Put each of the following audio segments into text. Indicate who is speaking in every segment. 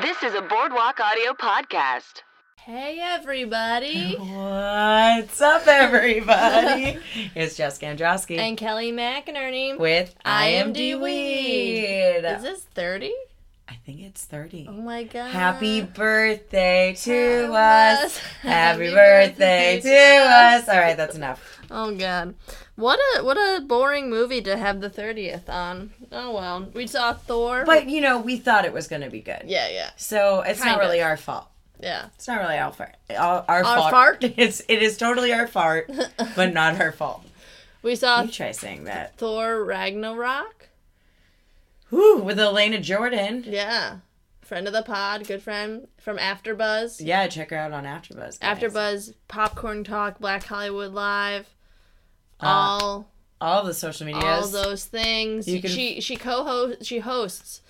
Speaker 1: This is a Boardwalk Audio podcast.
Speaker 2: Hey everybody!
Speaker 3: What's up, everybody? it's Jessica Androsky
Speaker 2: and Kelly McInerney.
Speaker 3: with
Speaker 2: I
Speaker 3: I
Speaker 2: am
Speaker 3: Am
Speaker 2: D
Speaker 3: D
Speaker 2: Weed.
Speaker 3: Weed.
Speaker 2: Is this 30?
Speaker 3: I think it's 30.
Speaker 2: Oh my god.
Speaker 3: Happy birthday to
Speaker 2: To us.
Speaker 3: us.
Speaker 2: Happy
Speaker 3: Happy birthday
Speaker 2: birthday
Speaker 3: to us. All right, that's enough.
Speaker 2: Oh god. What a what a boring movie to have the 30th on. Oh well. We saw Thor.
Speaker 3: But, you know, we thought it was going to be good.
Speaker 2: yeah, yeah.
Speaker 3: So it's
Speaker 2: Kind
Speaker 3: not really
Speaker 2: of.
Speaker 3: our fault.
Speaker 2: Yeah.
Speaker 3: It's not really our fault. Our, our,
Speaker 2: Our fart?
Speaker 3: It's, it is totally our fault, but not her fault.
Speaker 2: We saw
Speaker 3: You try saying that.
Speaker 2: Thor Ragnarok.
Speaker 3: Whew, with Elena Jordan.
Speaker 2: Yeah. Friend of the pod, good friend from AfterBuzz.
Speaker 3: Yeah, check her out on AfterBuzz. guys.
Speaker 2: AfterBuzz, Popcorn Talk, Black Hollywood Live.
Speaker 3: Uh,
Speaker 2: all
Speaker 3: all the social medias.
Speaker 2: all those things.
Speaker 3: You can-
Speaker 2: She she co-hosts. She hosts.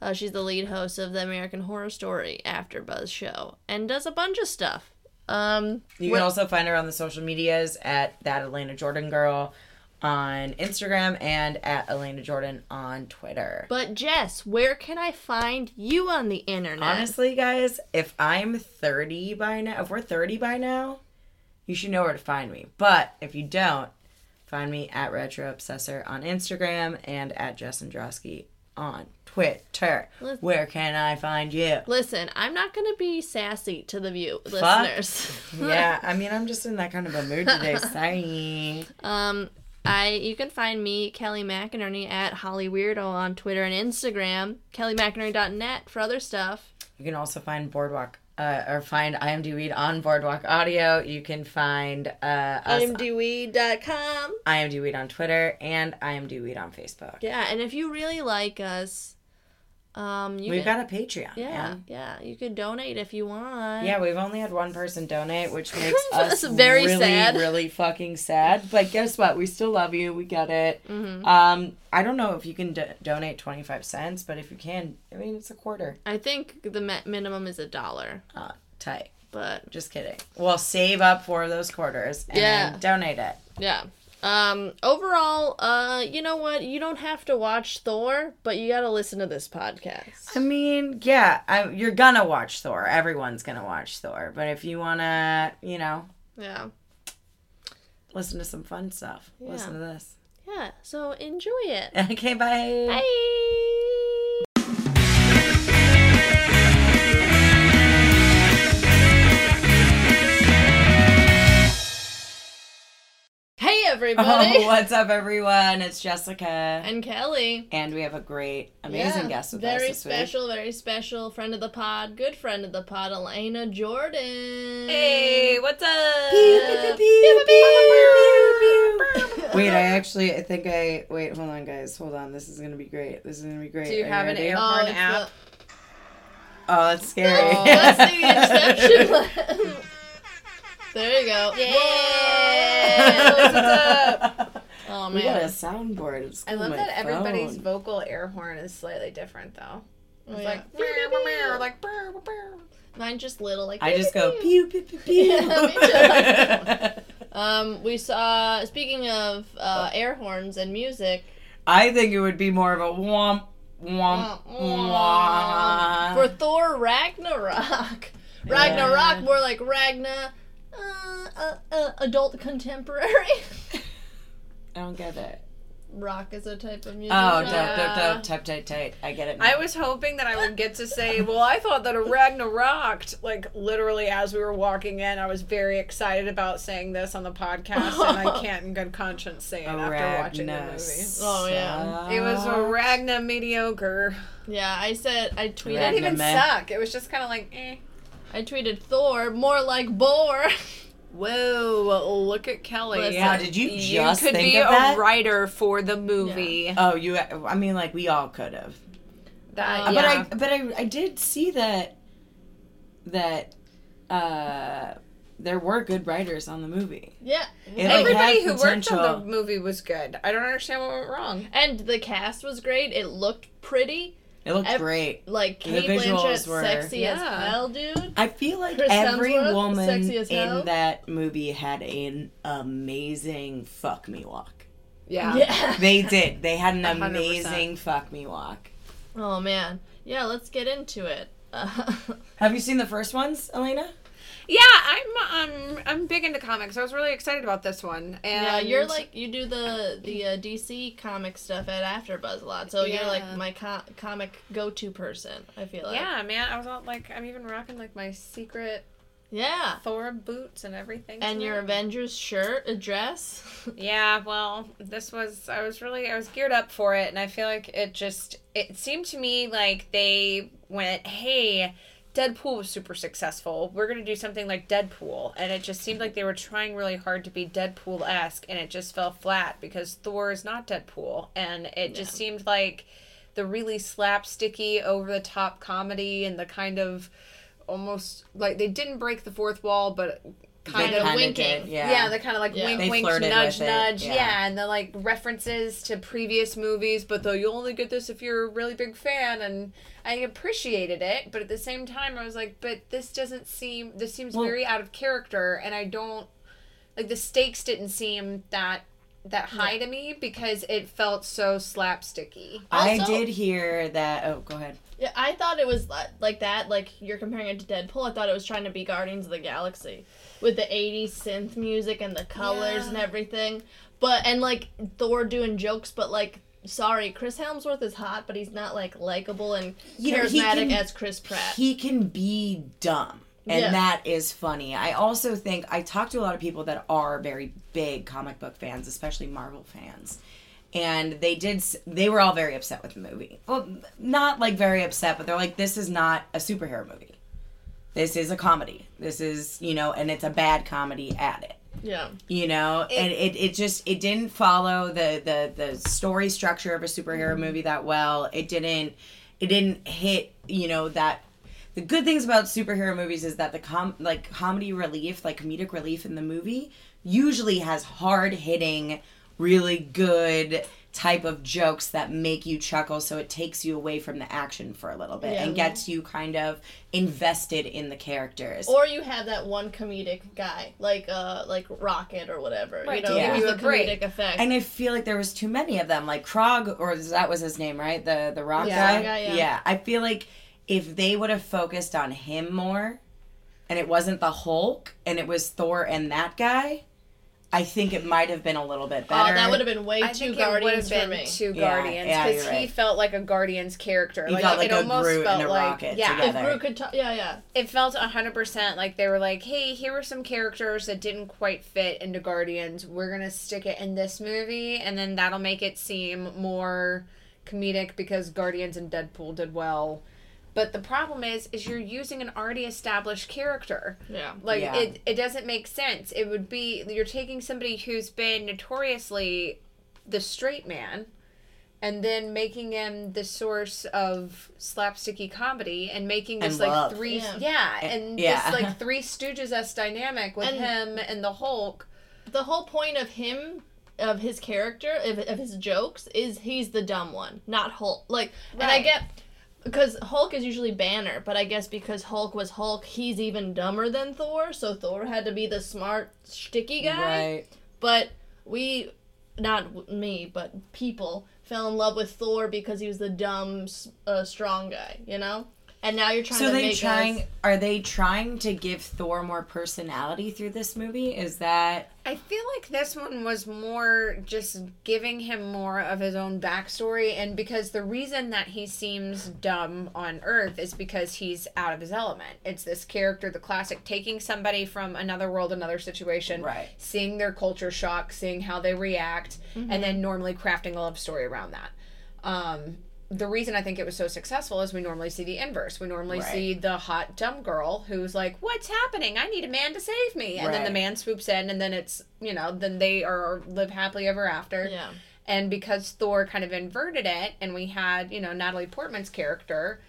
Speaker 2: Uh, she's the lead host of the American Horror Story After Buzz show and does a bunch of stuff. Um,
Speaker 3: You
Speaker 2: what-
Speaker 3: can also find her on the social medias at that Elena Jordan girl on Instagram and at Elena Jordan on Twitter.
Speaker 2: but Jess, where can I find you on the internet?
Speaker 3: Honestly, guys, if I'm 30 by now, if we're 30 by now, you should know where to find me. But if you don't, find me at Retro Obsessor on Instagram and at Jess Androsky on Twitter.
Speaker 2: Let's-
Speaker 3: Where can I find you?
Speaker 2: Listen, I'm not gonna be sassy to the view
Speaker 3: Fuck.
Speaker 2: listeners.
Speaker 3: yeah, I mean, I'm just in that kind of a mood today. Sorry.
Speaker 2: Um, I you can find me Kelly McInerney at Holly Weirdo on Twitter and Instagram. KellyMcInerney.net for other stuff.
Speaker 3: You can also find Boardwalk uh, or find IMD Weed on Boardwalk Audio. You can find uh, us
Speaker 2: IMDweed.com.
Speaker 3: IMD Weed on Twitter and IMD Weed on Facebook.
Speaker 2: Yeah, and if you really like us, um, you
Speaker 3: We've
Speaker 2: can,
Speaker 3: got a Patreon.
Speaker 2: yeah,
Speaker 3: man.
Speaker 2: yeah, you could donate if you want.
Speaker 3: Yeah, we've only had one person donate, which makes
Speaker 2: That's
Speaker 3: us
Speaker 2: very
Speaker 3: really,
Speaker 2: sad.
Speaker 3: really fucking sad. But guess what? We still love you. We get it.
Speaker 2: Mm-hmm.
Speaker 3: Um, I don't know if you can do- donate twenty five cents, but if you can, I mean, it's a quarter.
Speaker 2: I think the mi- minimum is a dollar,
Speaker 3: Uh, tight.
Speaker 2: but
Speaker 3: Just kidding. Well, save up for those quarters and
Speaker 2: Yeah.
Speaker 3: donate it.
Speaker 2: yeah. Um, overall, uh, you know what? You don't have to watch Thor, but you got to listen to this podcast.
Speaker 3: I mean, yeah, I, you're gonna watch Thor. Everyone's gonna watch Thor. But if you wanna, you know,
Speaker 2: Yeah,
Speaker 3: listen to some fun stuff, listen to this.
Speaker 2: yeah. So enjoy it.
Speaker 3: Okay, bye.
Speaker 2: Bye. Hey everybody!
Speaker 3: Oh, what's up, everyone? It's Jessica,
Speaker 2: and Kelly.
Speaker 3: and we have a great, amazing
Speaker 2: Yeah,
Speaker 3: guest with us
Speaker 2: Very
Speaker 3: this
Speaker 2: special, very special friend of the pod, good friend of the pod, Elena Jordan.
Speaker 3: week. Hey, what's up?
Speaker 2: Yeah.
Speaker 3: Wait, I actually, I think I wait. Hold on, guys. Hold on. This is gonna be great. This is gonna be great.
Speaker 4: Do you
Speaker 3: Are
Speaker 4: have an
Speaker 3: ready?
Speaker 4: air-
Speaker 2: Oh,
Speaker 4: Or an
Speaker 2: it's
Speaker 4: app.
Speaker 3: Oh, that's scary.
Speaker 2: the- let's do the inception. there you go. Whoa. Oh man.
Speaker 3: We got a soundboard. It's
Speaker 4: I
Speaker 3: on
Speaker 4: love
Speaker 3: my
Speaker 4: that everybody's
Speaker 3: phone.
Speaker 4: vocal air horn is slightly different though.
Speaker 2: Oh,
Speaker 4: It's
Speaker 2: yeah.
Speaker 4: like "Meow, meow, meow," like "Brr, brr, brr."
Speaker 2: Mine's just little, like
Speaker 3: I just go pew pew pew pew.
Speaker 2: Yeah, me too. I Um, we saw. Speaking of uh, air horns and music,
Speaker 3: I think it would be more of a womp womp womp.
Speaker 2: for Thor Ragnarok, Ragnarok more like Ragna, uh, uh, uh, adult contemporary.
Speaker 3: I don't get it.
Speaker 2: Rock is a type of music.
Speaker 3: Oh,
Speaker 2: genre.
Speaker 3: dope, dope,
Speaker 4: Yeah.
Speaker 3: dope, tight, tight, tight. I get it. Now.
Speaker 4: I was hoping that I would get to say, well, I thought that a Ragnarok, like literally as we were walking in, I was very excited about saying this on the podcast, and I can't in good conscience say it after watching the movie.
Speaker 2: Oh, yeah.
Speaker 4: It was a Ragna mediocre.
Speaker 2: Yeah, I said I tweeted.
Speaker 4: It didn't even
Speaker 3: Ragnameh.
Speaker 4: suck. It was just kind of like, eh.
Speaker 2: I tweeted Thor more like Boar.
Speaker 4: Whoa, look at Kelly.
Speaker 2: Listen,
Speaker 3: Wow, did you just
Speaker 4: could
Speaker 3: think
Speaker 4: be
Speaker 3: of that?
Speaker 4: a writer for the movie.
Speaker 3: Oh, you. I mean, like we all could have.
Speaker 4: That,
Speaker 2: Uh,
Speaker 3: But I,
Speaker 4: yeah.
Speaker 3: but I, I did see that. That, uh, there were good writers on the movie.
Speaker 2: yeah,
Speaker 3: It, like, had
Speaker 4: Everybody who worked on
Speaker 3: potential.
Speaker 4: the movie was good. I don't understand what went wrong.
Speaker 2: and the cast was great. It looked pretty.
Speaker 3: It looked
Speaker 2: Ev-
Speaker 3: great.
Speaker 2: Like
Speaker 3: The
Speaker 2: Kate
Speaker 3: visuals
Speaker 2: Blanchett,
Speaker 3: were-
Speaker 2: sexy as
Speaker 4: Yeah.
Speaker 2: hell, dude.
Speaker 3: I feel like
Speaker 2: Chris
Speaker 3: every
Speaker 2: Hemsworth,
Speaker 3: woman
Speaker 2: sexy as hell.
Speaker 3: in that movie had an amazing fuck me walk.
Speaker 4: Yeah.
Speaker 2: Yeah.
Speaker 3: They did. They had an
Speaker 4: 100%.
Speaker 3: amazing fuck me walk.
Speaker 2: Oh man. Yeah, let's get into it.
Speaker 3: Have you seen the first ones, Elena?
Speaker 4: Yeah, I'm um I'm big into comics. I was really excited about this one. And
Speaker 2: yeah, you're like you do the the uh, DC comic stuff at AfterBuzz a lot, so you're like
Speaker 4: Yeah.
Speaker 2: my co- comic go to person. I feel like
Speaker 4: Yeah, man. I was all like I'm even rocking like my secret
Speaker 2: yeah.
Speaker 4: Thor boots and everything.
Speaker 2: And your
Speaker 4: tonight.
Speaker 2: Avengers shirt, a dress.
Speaker 4: Yeah, well, this was I was really I was geared up for it and I feel like it just it seemed to me like they went, "Hey, Deadpool was super successful. We're going to do something like Deadpool." And it just seemed like they were trying really hard to be Deadpool-esque and it just fell flat because Thor is not Deadpool and it just seemed like the really slapsticky over the top comedy and the kind of almost like they didn't break the fourth wall but kind
Speaker 2: They
Speaker 4: of
Speaker 2: kinda
Speaker 4: winking.
Speaker 2: did,
Speaker 4: yeah.
Speaker 3: yeah.
Speaker 4: they kind of like
Speaker 2: Yeah.
Speaker 4: wink,
Speaker 2: They
Speaker 4: wink,
Speaker 3: flirted
Speaker 4: nudge,
Speaker 3: with it,
Speaker 4: nudge. Yeah.
Speaker 3: yeah.
Speaker 4: and the like references to previous movies, but though you only get this if you're a really big fan. And I appreciated it, but at the same time, I was like, but this doesn't seem. This seems
Speaker 3: Well-
Speaker 4: very out of character, and I don't like the stakes didn't seem that that high to me because it felt so slapsticky.
Speaker 3: I
Speaker 2: Also-
Speaker 3: did hear that. Oh, go ahead.
Speaker 2: yeah, I thought it was li- like that. Like you're comparing it to Deadpool. I thought it was trying to be Guardians of the Galaxy with the '80s synth music and the colors and everything. But and like Thor doing jokes, but like. Sorry, Chris Helmsworth is hot, but he's not like likable and
Speaker 3: You know, he
Speaker 2: charismatic
Speaker 3: can-
Speaker 2: as Chris Pratt.
Speaker 3: He can be dumb. And
Speaker 2: Yeah.
Speaker 3: that is funny. I also think I talk to a lot of people that are very big comic book fans, especially Marvel fans. And they did s- they were all very upset with the movie. Well, not like very upset, but they're like this is not a superhero movie. This is a comedy. This is, you know, and it's a bad comedy at it
Speaker 2: yeah,
Speaker 3: you know and it, it just it didn't follow the the the story structure of a superhero movie that well it didn't it didn't hit you know that the good things about superhero movies is that the com like comedy relief like comedic relief in the movie usually has hard hitting really good type of jokes that make you chuckle so it takes you away from the action for a little bit and gets you kind of invested in the characters
Speaker 2: or you have that one comedic guy like uh like Rocket or whatever.
Speaker 4: Right,
Speaker 2: you
Speaker 4: to
Speaker 2: know,
Speaker 3: give
Speaker 2: give
Speaker 4: you
Speaker 2: you
Speaker 4: a
Speaker 2: the
Speaker 4: break.
Speaker 2: comedic effect.
Speaker 3: And I feel like there was too many of them, like Krog, or is- that was his name, right? The the rock
Speaker 4: Yeah.
Speaker 3: guy.
Speaker 2: Yeah, yeah.
Speaker 3: I feel like if they would have focused on him more, and it wasn't the Hulk, and it was Thor and that guy, I think it might have been a little bit
Speaker 2: Oh,
Speaker 3: better.
Speaker 2: that would have been way
Speaker 4: I
Speaker 2: too
Speaker 4: think it would have
Speaker 2: Guardians for
Speaker 4: been
Speaker 2: me.
Speaker 4: too
Speaker 3: Yeah,
Speaker 4: Guardians
Speaker 3: yeah,
Speaker 4: because
Speaker 3: you're
Speaker 4: he
Speaker 3: right.
Speaker 4: felt like a Guardians character.
Speaker 3: He got, like,
Speaker 4: it
Speaker 3: a
Speaker 4: almost
Speaker 3: Groot and
Speaker 4: felt
Speaker 3: a
Speaker 4: like
Speaker 3: Rocket
Speaker 4: yeah,
Speaker 3: together.
Speaker 2: If Groot could talk, yeah, yeah.
Speaker 4: it felt 100% like they were like hey here were some characters that didn't quite fit into guardians we're gonna stick it in this movie and then that'll make it seem more comedic because guardians and deadpool did well but the problem is is you're using an already established character
Speaker 2: Yeah.
Speaker 4: like
Speaker 3: Yeah.
Speaker 4: it, it doesn't make sense it would be you're taking somebody who's been notoriously the straight man and then making him the source of slapsticky comedy and making this
Speaker 3: And
Speaker 4: like
Speaker 3: love.
Speaker 4: three yeah,
Speaker 2: Yeah.
Speaker 4: and
Speaker 3: yeah.
Speaker 4: this like three stooges s dynamic with
Speaker 2: And-
Speaker 4: him and the hulk
Speaker 2: The whole point of him, of his character, of, of his jokes, is he's the dumb one, not Hulk. Like, and I
Speaker 4: Right.
Speaker 2: get because Hulk is usually Banner, but I guess because Hulk was Hulk, he's even dumber than Thor. So Thor had to be the smart, sticky guy.
Speaker 3: right.
Speaker 2: But we, not w- me, but people fell in love with Thor because he was the dumb, s- uh, strong guy. You know. And now you're trying
Speaker 3: So
Speaker 2: to
Speaker 3: they
Speaker 2: make
Speaker 3: trying
Speaker 2: us.
Speaker 3: are they trying to give Thor more personality through this movie? Is that
Speaker 4: i feel like this one was more just giving him more of his own backstory and because the reason that he seems dumb on earth is because he's out of his element it's this character the classic taking somebody from another world another situation
Speaker 3: Right.
Speaker 4: seeing their culture shock, seeing how they react,
Speaker 3: Mm-hmm.
Speaker 4: and then normally crafting a love story around that. Um, the reason I think it was so successful is we normally see the inverse. We normally
Speaker 3: Right.
Speaker 4: see the hot dumb girl who's like, "What's happening? I need a man to save me," and then the
Speaker 3: Right.
Speaker 4: man swoops in, and then it's you know, then they are live happily ever after.
Speaker 2: Yeah.
Speaker 4: And because Thor kind of inverted it, and we had you know Natalie Portman's character,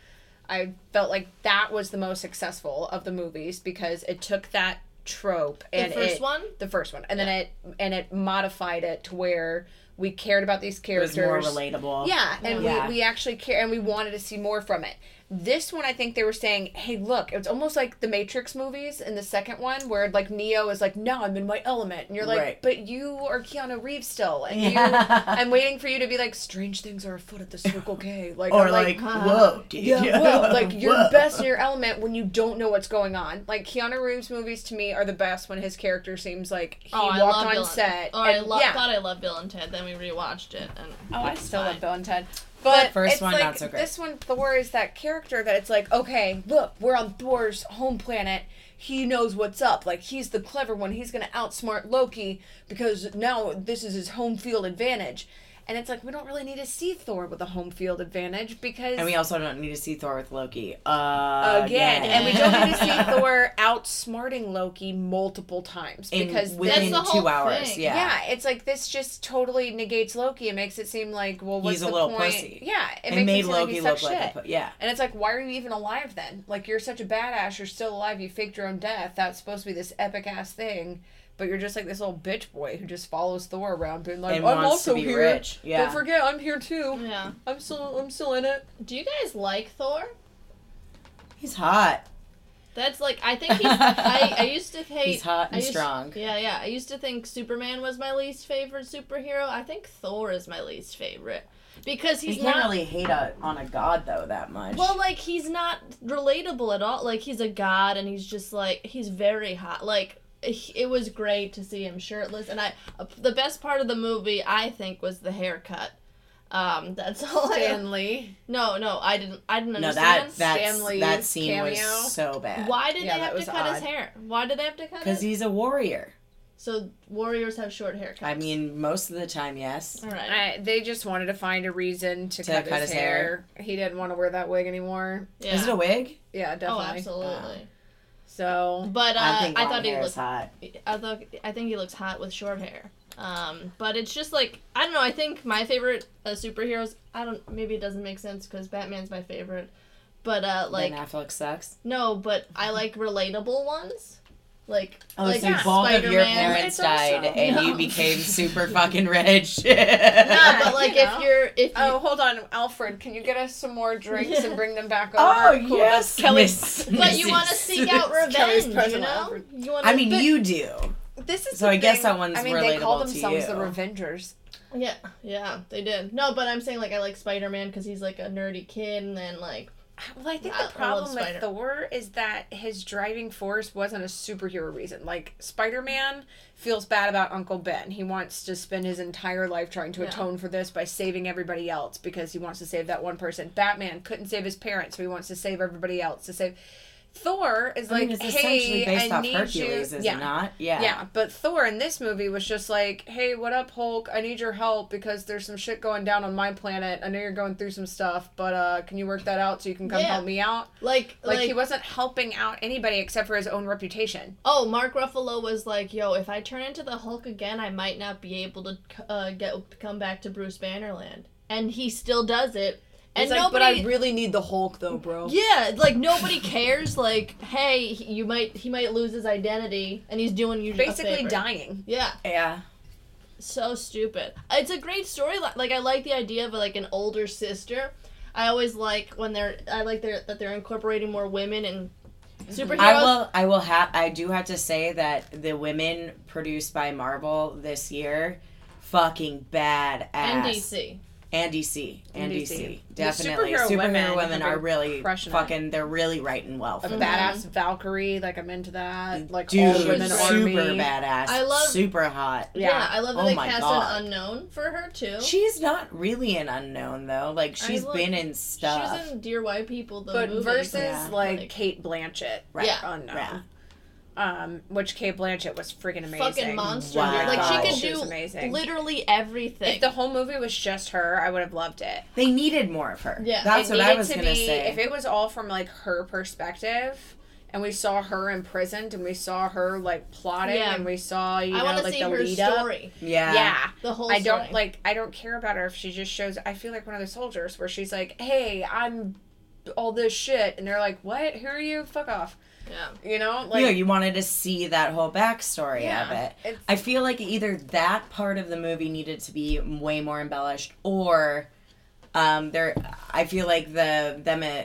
Speaker 4: I felt like that was the most successful of the movies because it took that trope and
Speaker 2: first
Speaker 4: it-
Speaker 2: one?
Speaker 4: the first one, and then it and it modified it to where we cared about these
Speaker 3: it
Speaker 4: characters
Speaker 3: was more relatable?
Speaker 4: Yeah, and
Speaker 3: Yeah.
Speaker 4: we we actually care and we wanted to see more from it. This one, I think they were saying, "Hey, look, it's almost like the Matrix movies in the second one, where like Neo is like, no, I'm in my element,' and you're like,
Speaker 3: Right.
Speaker 4: but you are Keanu Reeves still, and you,
Speaker 3: Yeah.
Speaker 4: I'm waiting for you to be like, strange things are afoot at the Circle K, like,
Speaker 3: or
Speaker 4: I'm
Speaker 3: like,
Speaker 2: huh.
Speaker 3: whoa, dude.
Speaker 4: yeah, whoa, like you're
Speaker 3: Whoa.
Speaker 4: best in your element when you don't know what's going on. Like Keanu Reeves movies to me are the best when his character seems like he
Speaker 2: oh, I
Speaker 4: walked
Speaker 2: love
Speaker 4: on
Speaker 2: Bill
Speaker 4: set.
Speaker 2: And, oh, I
Speaker 4: and-
Speaker 2: lo-
Speaker 4: yeah.
Speaker 2: thought I loved Bill and Ted. Then we rewatched it, and
Speaker 4: Oh, I
Speaker 2: it's
Speaker 4: still
Speaker 2: fine.
Speaker 4: love Bill and Ted. But
Speaker 3: first
Speaker 4: it's
Speaker 3: one,
Speaker 4: like,
Speaker 3: not so great.
Speaker 4: This one, Thor is that character that it's like, okay, look, we're on Thor's home planet. He knows what's up. Like he's the clever one. He's gonna outsmart Loki because now this is his home field advantage. And it's like we don't really need to see Thor with a home field advantage because
Speaker 3: And we also don't need to see Thor with Loki uh,
Speaker 4: again, and we don't need to see Thor outsmarting Loki multiple times
Speaker 3: In-
Speaker 4: because
Speaker 3: within
Speaker 2: That's the
Speaker 3: two
Speaker 2: whole
Speaker 3: hours.
Speaker 2: thing.
Speaker 3: Yeah.
Speaker 4: yeah. it's like this just totally negates Loki and makes it seem like well, what's
Speaker 3: He's a
Speaker 4: the
Speaker 3: little
Speaker 4: point?
Speaker 3: pussy.
Speaker 4: Yeah, it
Speaker 3: It,
Speaker 4: makes
Speaker 3: made
Speaker 4: it seem like
Speaker 3: Loki
Speaker 4: he's
Speaker 3: look
Speaker 4: such
Speaker 3: like
Speaker 4: shit.
Speaker 3: a pu- yeah.
Speaker 4: and it's like, why are you even alive then? Like you're such a badass. You're still alive. You faked your own death. That's supposed to be this epic ass thing, but you're just like this little bitch boy who just follows Thor around, being like,
Speaker 3: And
Speaker 4: I'm
Speaker 3: wants to
Speaker 4: also
Speaker 3: be
Speaker 4: here.
Speaker 3: rich. Yeah.
Speaker 4: Don't forget, I'm here too.
Speaker 2: Yeah.
Speaker 4: I'm still, I'm still in it.
Speaker 2: Do you guys like Thor?
Speaker 3: He's hot.
Speaker 2: That's like I think he's. I, I used to hate.
Speaker 3: He's hot and
Speaker 2: I used-
Speaker 3: strong.
Speaker 2: Yeah, yeah. I used to think Superman was my least favorite superhero. I think Thor is my least favorite because
Speaker 3: You
Speaker 2: he's
Speaker 3: can't
Speaker 2: not.
Speaker 3: really hate a, on a god though that much.
Speaker 2: Well, like he's not relatable at all. Like he's a god, and he's just like he's very hot. Like he- it was great to see him shirtless, and I uh, the best part of the movie I think was the haircut. Um, that's all. I,
Speaker 4: Stanley.
Speaker 2: no, no, I didn't. I didn't
Speaker 3: no,
Speaker 2: understand.
Speaker 3: that that
Speaker 4: Stan Lee's
Speaker 3: that scene
Speaker 4: cameo?
Speaker 3: was so bad.
Speaker 2: Why did
Speaker 4: Yeah,
Speaker 2: they
Speaker 4: that
Speaker 2: have to
Speaker 4: was
Speaker 2: cut his
Speaker 4: odd.
Speaker 2: hair? Why did they have to cut
Speaker 3: Because
Speaker 2: it?
Speaker 3: he's a warrior.
Speaker 2: So warriors have short haircuts.
Speaker 3: I mean, most of the time, yes.
Speaker 2: all right,
Speaker 4: I, they just wanted to find a reason to,
Speaker 3: To
Speaker 4: cut,
Speaker 3: cut
Speaker 4: his,
Speaker 3: his
Speaker 4: hair. He didn't want to wear that wig anymore.
Speaker 2: yeah.
Speaker 3: Is it a wig?
Speaker 4: Yeah,
Speaker 2: oh,
Speaker 4: definitely.
Speaker 2: absolutely.
Speaker 4: So
Speaker 2: But uh,
Speaker 3: I
Speaker 2: I,
Speaker 3: think long
Speaker 2: thought he
Speaker 3: hair is
Speaker 2: looked.
Speaker 3: hot.
Speaker 2: I thought I think he looks hot with short hair. Um, but it's just like I don't know. I think my favorite uh, superheroes. I don't. Maybe it doesn't make sense because Batman's my favorite. But uh, like
Speaker 3: Like ben Affleck sucks.
Speaker 2: no, but I like relatable ones. Like
Speaker 3: Oh,
Speaker 2: like
Speaker 3: so both of your
Speaker 2: Spider-Man.
Speaker 3: parents
Speaker 4: It's also-
Speaker 3: died and
Speaker 2: No.
Speaker 3: you became super fucking rich.
Speaker 2: No, but like
Speaker 4: You
Speaker 2: if
Speaker 4: know.
Speaker 2: you're if you,
Speaker 4: Oh, hold on, Alfred. Can you get us some more drinks
Speaker 2: Yeah.
Speaker 4: and bring them back over?
Speaker 3: Oh
Speaker 4: Cool,
Speaker 3: yes,
Speaker 4: that's Kelly.
Speaker 3: Miss-
Speaker 2: but you want to
Speaker 3: Mrs.
Speaker 2: seek out revenge,
Speaker 4: Kelly's
Speaker 2: you
Speaker 4: personal
Speaker 2: know?
Speaker 4: Alfred.
Speaker 2: You want.
Speaker 3: I mean, you do.
Speaker 4: This is
Speaker 3: So
Speaker 4: the
Speaker 3: I guess
Speaker 4: thing-
Speaker 3: that one's
Speaker 4: I mean, they call
Speaker 3: relatable to
Speaker 4: themselves
Speaker 3: you.
Speaker 4: the Revengers.
Speaker 2: Yeah, yeah, they did. No, but I'm saying like I like Spider Man because he's like a nerdy kid, and then like
Speaker 4: Well, I think
Speaker 2: I- I love
Speaker 4: the problem with
Speaker 2: Spider-
Speaker 4: Thor is that his driving force wasn't a superhero reason. Like Spider-Man feels bad about Uncle Ben. He wants to spend his entire life trying to
Speaker 2: Yeah.
Speaker 4: atone for this by saving everybody else because he wants to save that one person. Batman couldn't save his parents, so he wants to save everybody else to save. Thor is
Speaker 3: I mean,
Speaker 4: like,
Speaker 3: it's essentially
Speaker 4: hey,
Speaker 3: based
Speaker 4: I
Speaker 3: off
Speaker 4: need
Speaker 3: Hercules,
Speaker 4: you.
Speaker 3: is
Speaker 4: yeah.
Speaker 3: it not? Yeah.
Speaker 4: Yeah, but Thor in this movie was just like, "Hey, what up, Hulk? I need your help because there's some shit going down on my planet. I know you're going through some stuff, but uh, can you work that out so you can come
Speaker 2: Yeah.
Speaker 4: help me out?"
Speaker 2: like
Speaker 4: Like,
Speaker 2: like,
Speaker 4: he wasn't helping out anybody except for his own reputation.
Speaker 2: oh Mark Ruffalo was like yo if I turn into the Hulk again I might not be able to uh, get come back to Bruce Bannerland, and he still does it, and
Speaker 4: He's like,
Speaker 2: nobody.
Speaker 4: but I really need the Hulk though, bro.
Speaker 2: yeah, like nobody cares. Like, hey, he- you might he might lose his identity, and he's doing you a
Speaker 4: Basically
Speaker 2: favor.
Speaker 4: dying.
Speaker 2: Yeah,
Speaker 3: Yeah.
Speaker 2: so stupid. It's a great storyline. Like I like the idea of like an older sister. I always like when they're. I like their, that they're incorporating more women and superheroes.
Speaker 3: I will. I will have. I do have to say that the women produced by Marvel this year, fucking badass.
Speaker 2: and DC.
Speaker 3: And DC. And
Speaker 4: And DC.
Speaker 3: DC.
Speaker 4: The
Speaker 3: Definitely.
Speaker 4: superhero
Speaker 3: Superhero,
Speaker 4: women
Speaker 3: women,
Speaker 4: have
Speaker 3: are
Speaker 4: been
Speaker 3: really
Speaker 4: crushing it.
Speaker 3: fucking. They're really writing well
Speaker 4: A
Speaker 3: for
Speaker 2: Mm-hmm.
Speaker 3: that.
Speaker 4: badass Valkyrie, like I'm into that. Like
Speaker 3: Dude,
Speaker 4: all women
Speaker 3: super
Speaker 4: army.
Speaker 3: badass.
Speaker 2: I love-
Speaker 3: Super hot.
Speaker 2: Yeah.
Speaker 4: Yeah.
Speaker 2: I love that
Speaker 3: Oh
Speaker 2: they
Speaker 3: my
Speaker 2: cast
Speaker 3: God.
Speaker 2: an unknown for her too.
Speaker 3: She's not really an unknown though. Like she's
Speaker 2: love-
Speaker 3: been in stuff.
Speaker 2: She was in Dear White People the
Speaker 4: But
Speaker 2: movie.
Speaker 4: versus
Speaker 3: Yeah.
Speaker 4: like Kate Blanchett,
Speaker 3: Right.
Speaker 2: Yeah.
Speaker 4: unknown.
Speaker 3: Yeah.
Speaker 4: Um, which Kate Blanchett was freaking amazing.
Speaker 2: fucking monster.
Speaker 3: Wow.
Speaker 2: dude. Like
Speaker 3: Wow.
Speaker 2: she could
Speaker 4: She was
Speaker 2: do
Speaker 4: amazing.
Speaker 2: literally everything.
Speaker 4: If the whole movie was just her, I would have loved it.
Speaker 3: They needed more of her.
Speaker 2: Yeah.
Speaker 3: that's
Speaker 4: it
Speaker 3: what
Speaker 4: needed
Speaker 3: I was
Speaker 4: to
Speaker 3: gonna
Speaker 4: be
Speaker 3: say.
Speaker 4: if it was all from like her perspective and we saw her imprisoned and we saw her like plotting
Speaker 2: Yeah.
Speaker 4: and we saw you
Speaker 2: I
Speaker 4: know
Speaker 2: want to
Speaker 4: like
Speaker 2: see
Speaker 4: the
Speaker 2: her
Speaker 4: lead up.
Speaker 2: story.
Speaker 3: yeah,
Speaker 4: Yeah.
Speaker 2: The whole.
Speaker 4: I don't
Speaker 2: story.
Speaker 4: like I don't care about her if she just shows I feel like one of the soldiers where she's like, "Hey, I'm all this shit." And they're like, "What? Who are you? Fuck off."
Speaker 2: Yeah.
Speaker 4: You know?
Speaker 3: you, know,
Speaker 4: Like
Speaker 3: you wanted to see that whole backstory of
Speaker 4: Yeah.
Speaker 3: it.
Speaker 4: it's
Speaker 3: I feel like either that part of the movie needed to be way more embellished, or um, there. I feel like the them uh,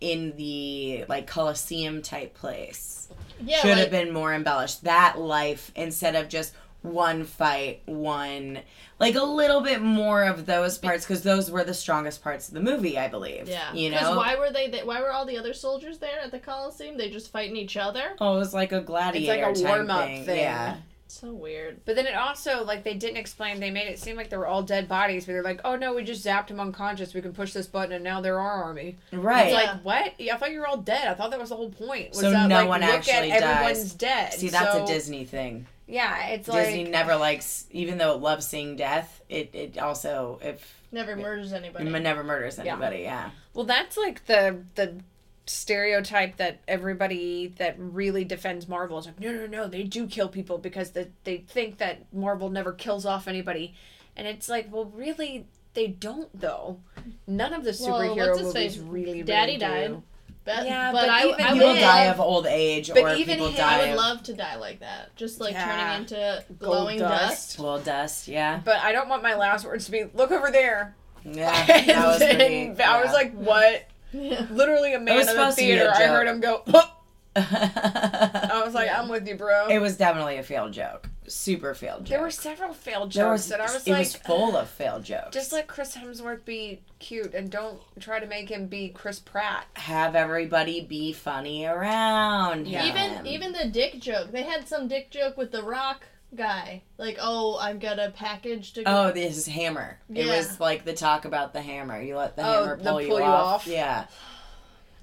Speaker 3: in the like Colosseum type place.
Speaker 2: Yeah,
Speaker 3: Should
Speaker 2: like,
Speaker 3: have been more embellished. That life instead of just one fight, one like a little bit more of those parts because those were the strongest parts of the movie, I believe.
Speaker 2: Yeah,
Speaker 3: you
Speaker 2: Because
Speaker 3: know.
Speaker 2: why were they, they? Why were all the other soldiers there at the Coliseum? They just fighting each other.
Speaker 3: Oh, it was like a gladiator type
Speaker 4: warm-up
Speaker 3: thing.
Speaker 4: thing.
Speaker 3: Yeah.
Speaker 2: So weird.
Speaker 4: But then it also like they didn't explain. They made it seem like they were all dead bodies, but they're like, "Oh no, we just zapped them unconscious. We can push this button, and now they're our army."
Speaker 3: Right.
Speaker 4: It's
Speaker 2: Yeah.
Speaker 4: like what? Yeah, I thought you were all dead. I thought that was the whole point. Was
Speaker 3: So
Speaker 4: that,
Speaker 3: no
Speaker 4: like,
Speaker 3: one
Speaker 4: look
Speaker 3: actually
Speaker 4: at
Speaker 3: dies.
Speaker 4: everyone's dead.
Speaker 3: See, that's
Speaker 4: So,
Speaker 3: a Disney thing.
Speaker 4: Yeah, it's
Speaker 3: Disney
Speaker 4: like
Speaker 3: never likes, even though it loves seeing death, it, it also if
Speaker 2: Never murders
Speaker 3: it
Speaker 2: anybody.
Speaker 3: never murders anybody. Yeah,
Speaker 4: well, that's like the the stereotype that everybody that really defends Marvel is like, no, no, no, they do kill people because the, they think that Marvel never kills off anybody, and it's like, well, really. They don't though. None of the
Speaker 2: Well,
Speaker 4: superhero
Speaker 2: what's his
Speaker 4: movies
Speaker 2: face?
Speaker 4: really,
Speaker 2: Daddy
Speaker 4: really
Speaker 2: died.
Speaker 4: do.
Speaker 2: But,
Speaker 4: Yeah,
Speaker 2: but,
Speaker 4: but
Speaker 2: I,
Speaker 4: even
Speaker 2: I
Speaker 4: him-
Speaker 3: people
Speaker 2: would,
Speaker 4: live.
Speaker 3: die of old age,
Speaker 4: But
Speaker 3: or
Speaker 4: even
Speaker 3: people
Speaker 4: him,
Speaker 3: die
Speaker 4: I
Speaker 2: I would
Speaker 3: of
Speaker 2: love to die like that. Just like
Speaker 4: Yeah.
Speaker 2: turning into
Speaker 4: Gold
Speaker 2: glowing dust.
Speaker 4: dust.
Speaker 3: little dust. Yeah,
Speaker 4: But I don't want my last words to be, look over there.
Speaker 3: yeah,
Speaker 4: And
Speaker 3: that was
Speaker 4: then
Speaker 3: pretty.
Speaker 4: I was like, what?
Speaker 2: Yeah.
Speaker 4: Literally a man
Speaker 3: was
Speaker 4: in the
Speaker 3: supposed to be a
Speaker 4: theater. I
Speaker 3: joke.
Speaker 4: heard him go, "Huh."
Speaker 3: like,
Speaker 4: I was like, I'm with you, bro.
Speaker 3: it was definitely a failed joke, super failed joke.
Speaker 4: there were several failed
Speaker 3: There
Speaker 4: jokes that I was
Speaker 3: it
Speaker 4: like,
Speaker 3: was full of failed jokes.
Speaker 4: just let Chris Hemsworth be cute and don't try to make him be Chris Pratt.
Speaker 3: have everybody be funny around.
Speaker 4: Yeah.
Speaker 2: Even
Speaker 3: him.
Speaker 2: even the dick joke. They had some dick joke with the rock guy. Like, oh, I've got a package to
Speaker 3: Oh, this is hammer. It
Speaker 2: Yeah.
Speaker 3: was like the talk about the hammer. You let the
Speaker 4: Oh,
Speaker 3: hammer
Speaker 4: the
Speaker 3: pull, you,
Speaker 4: pull you
Speaker 3: off.
Speaker 4: off.
Speaker 3: Yeah.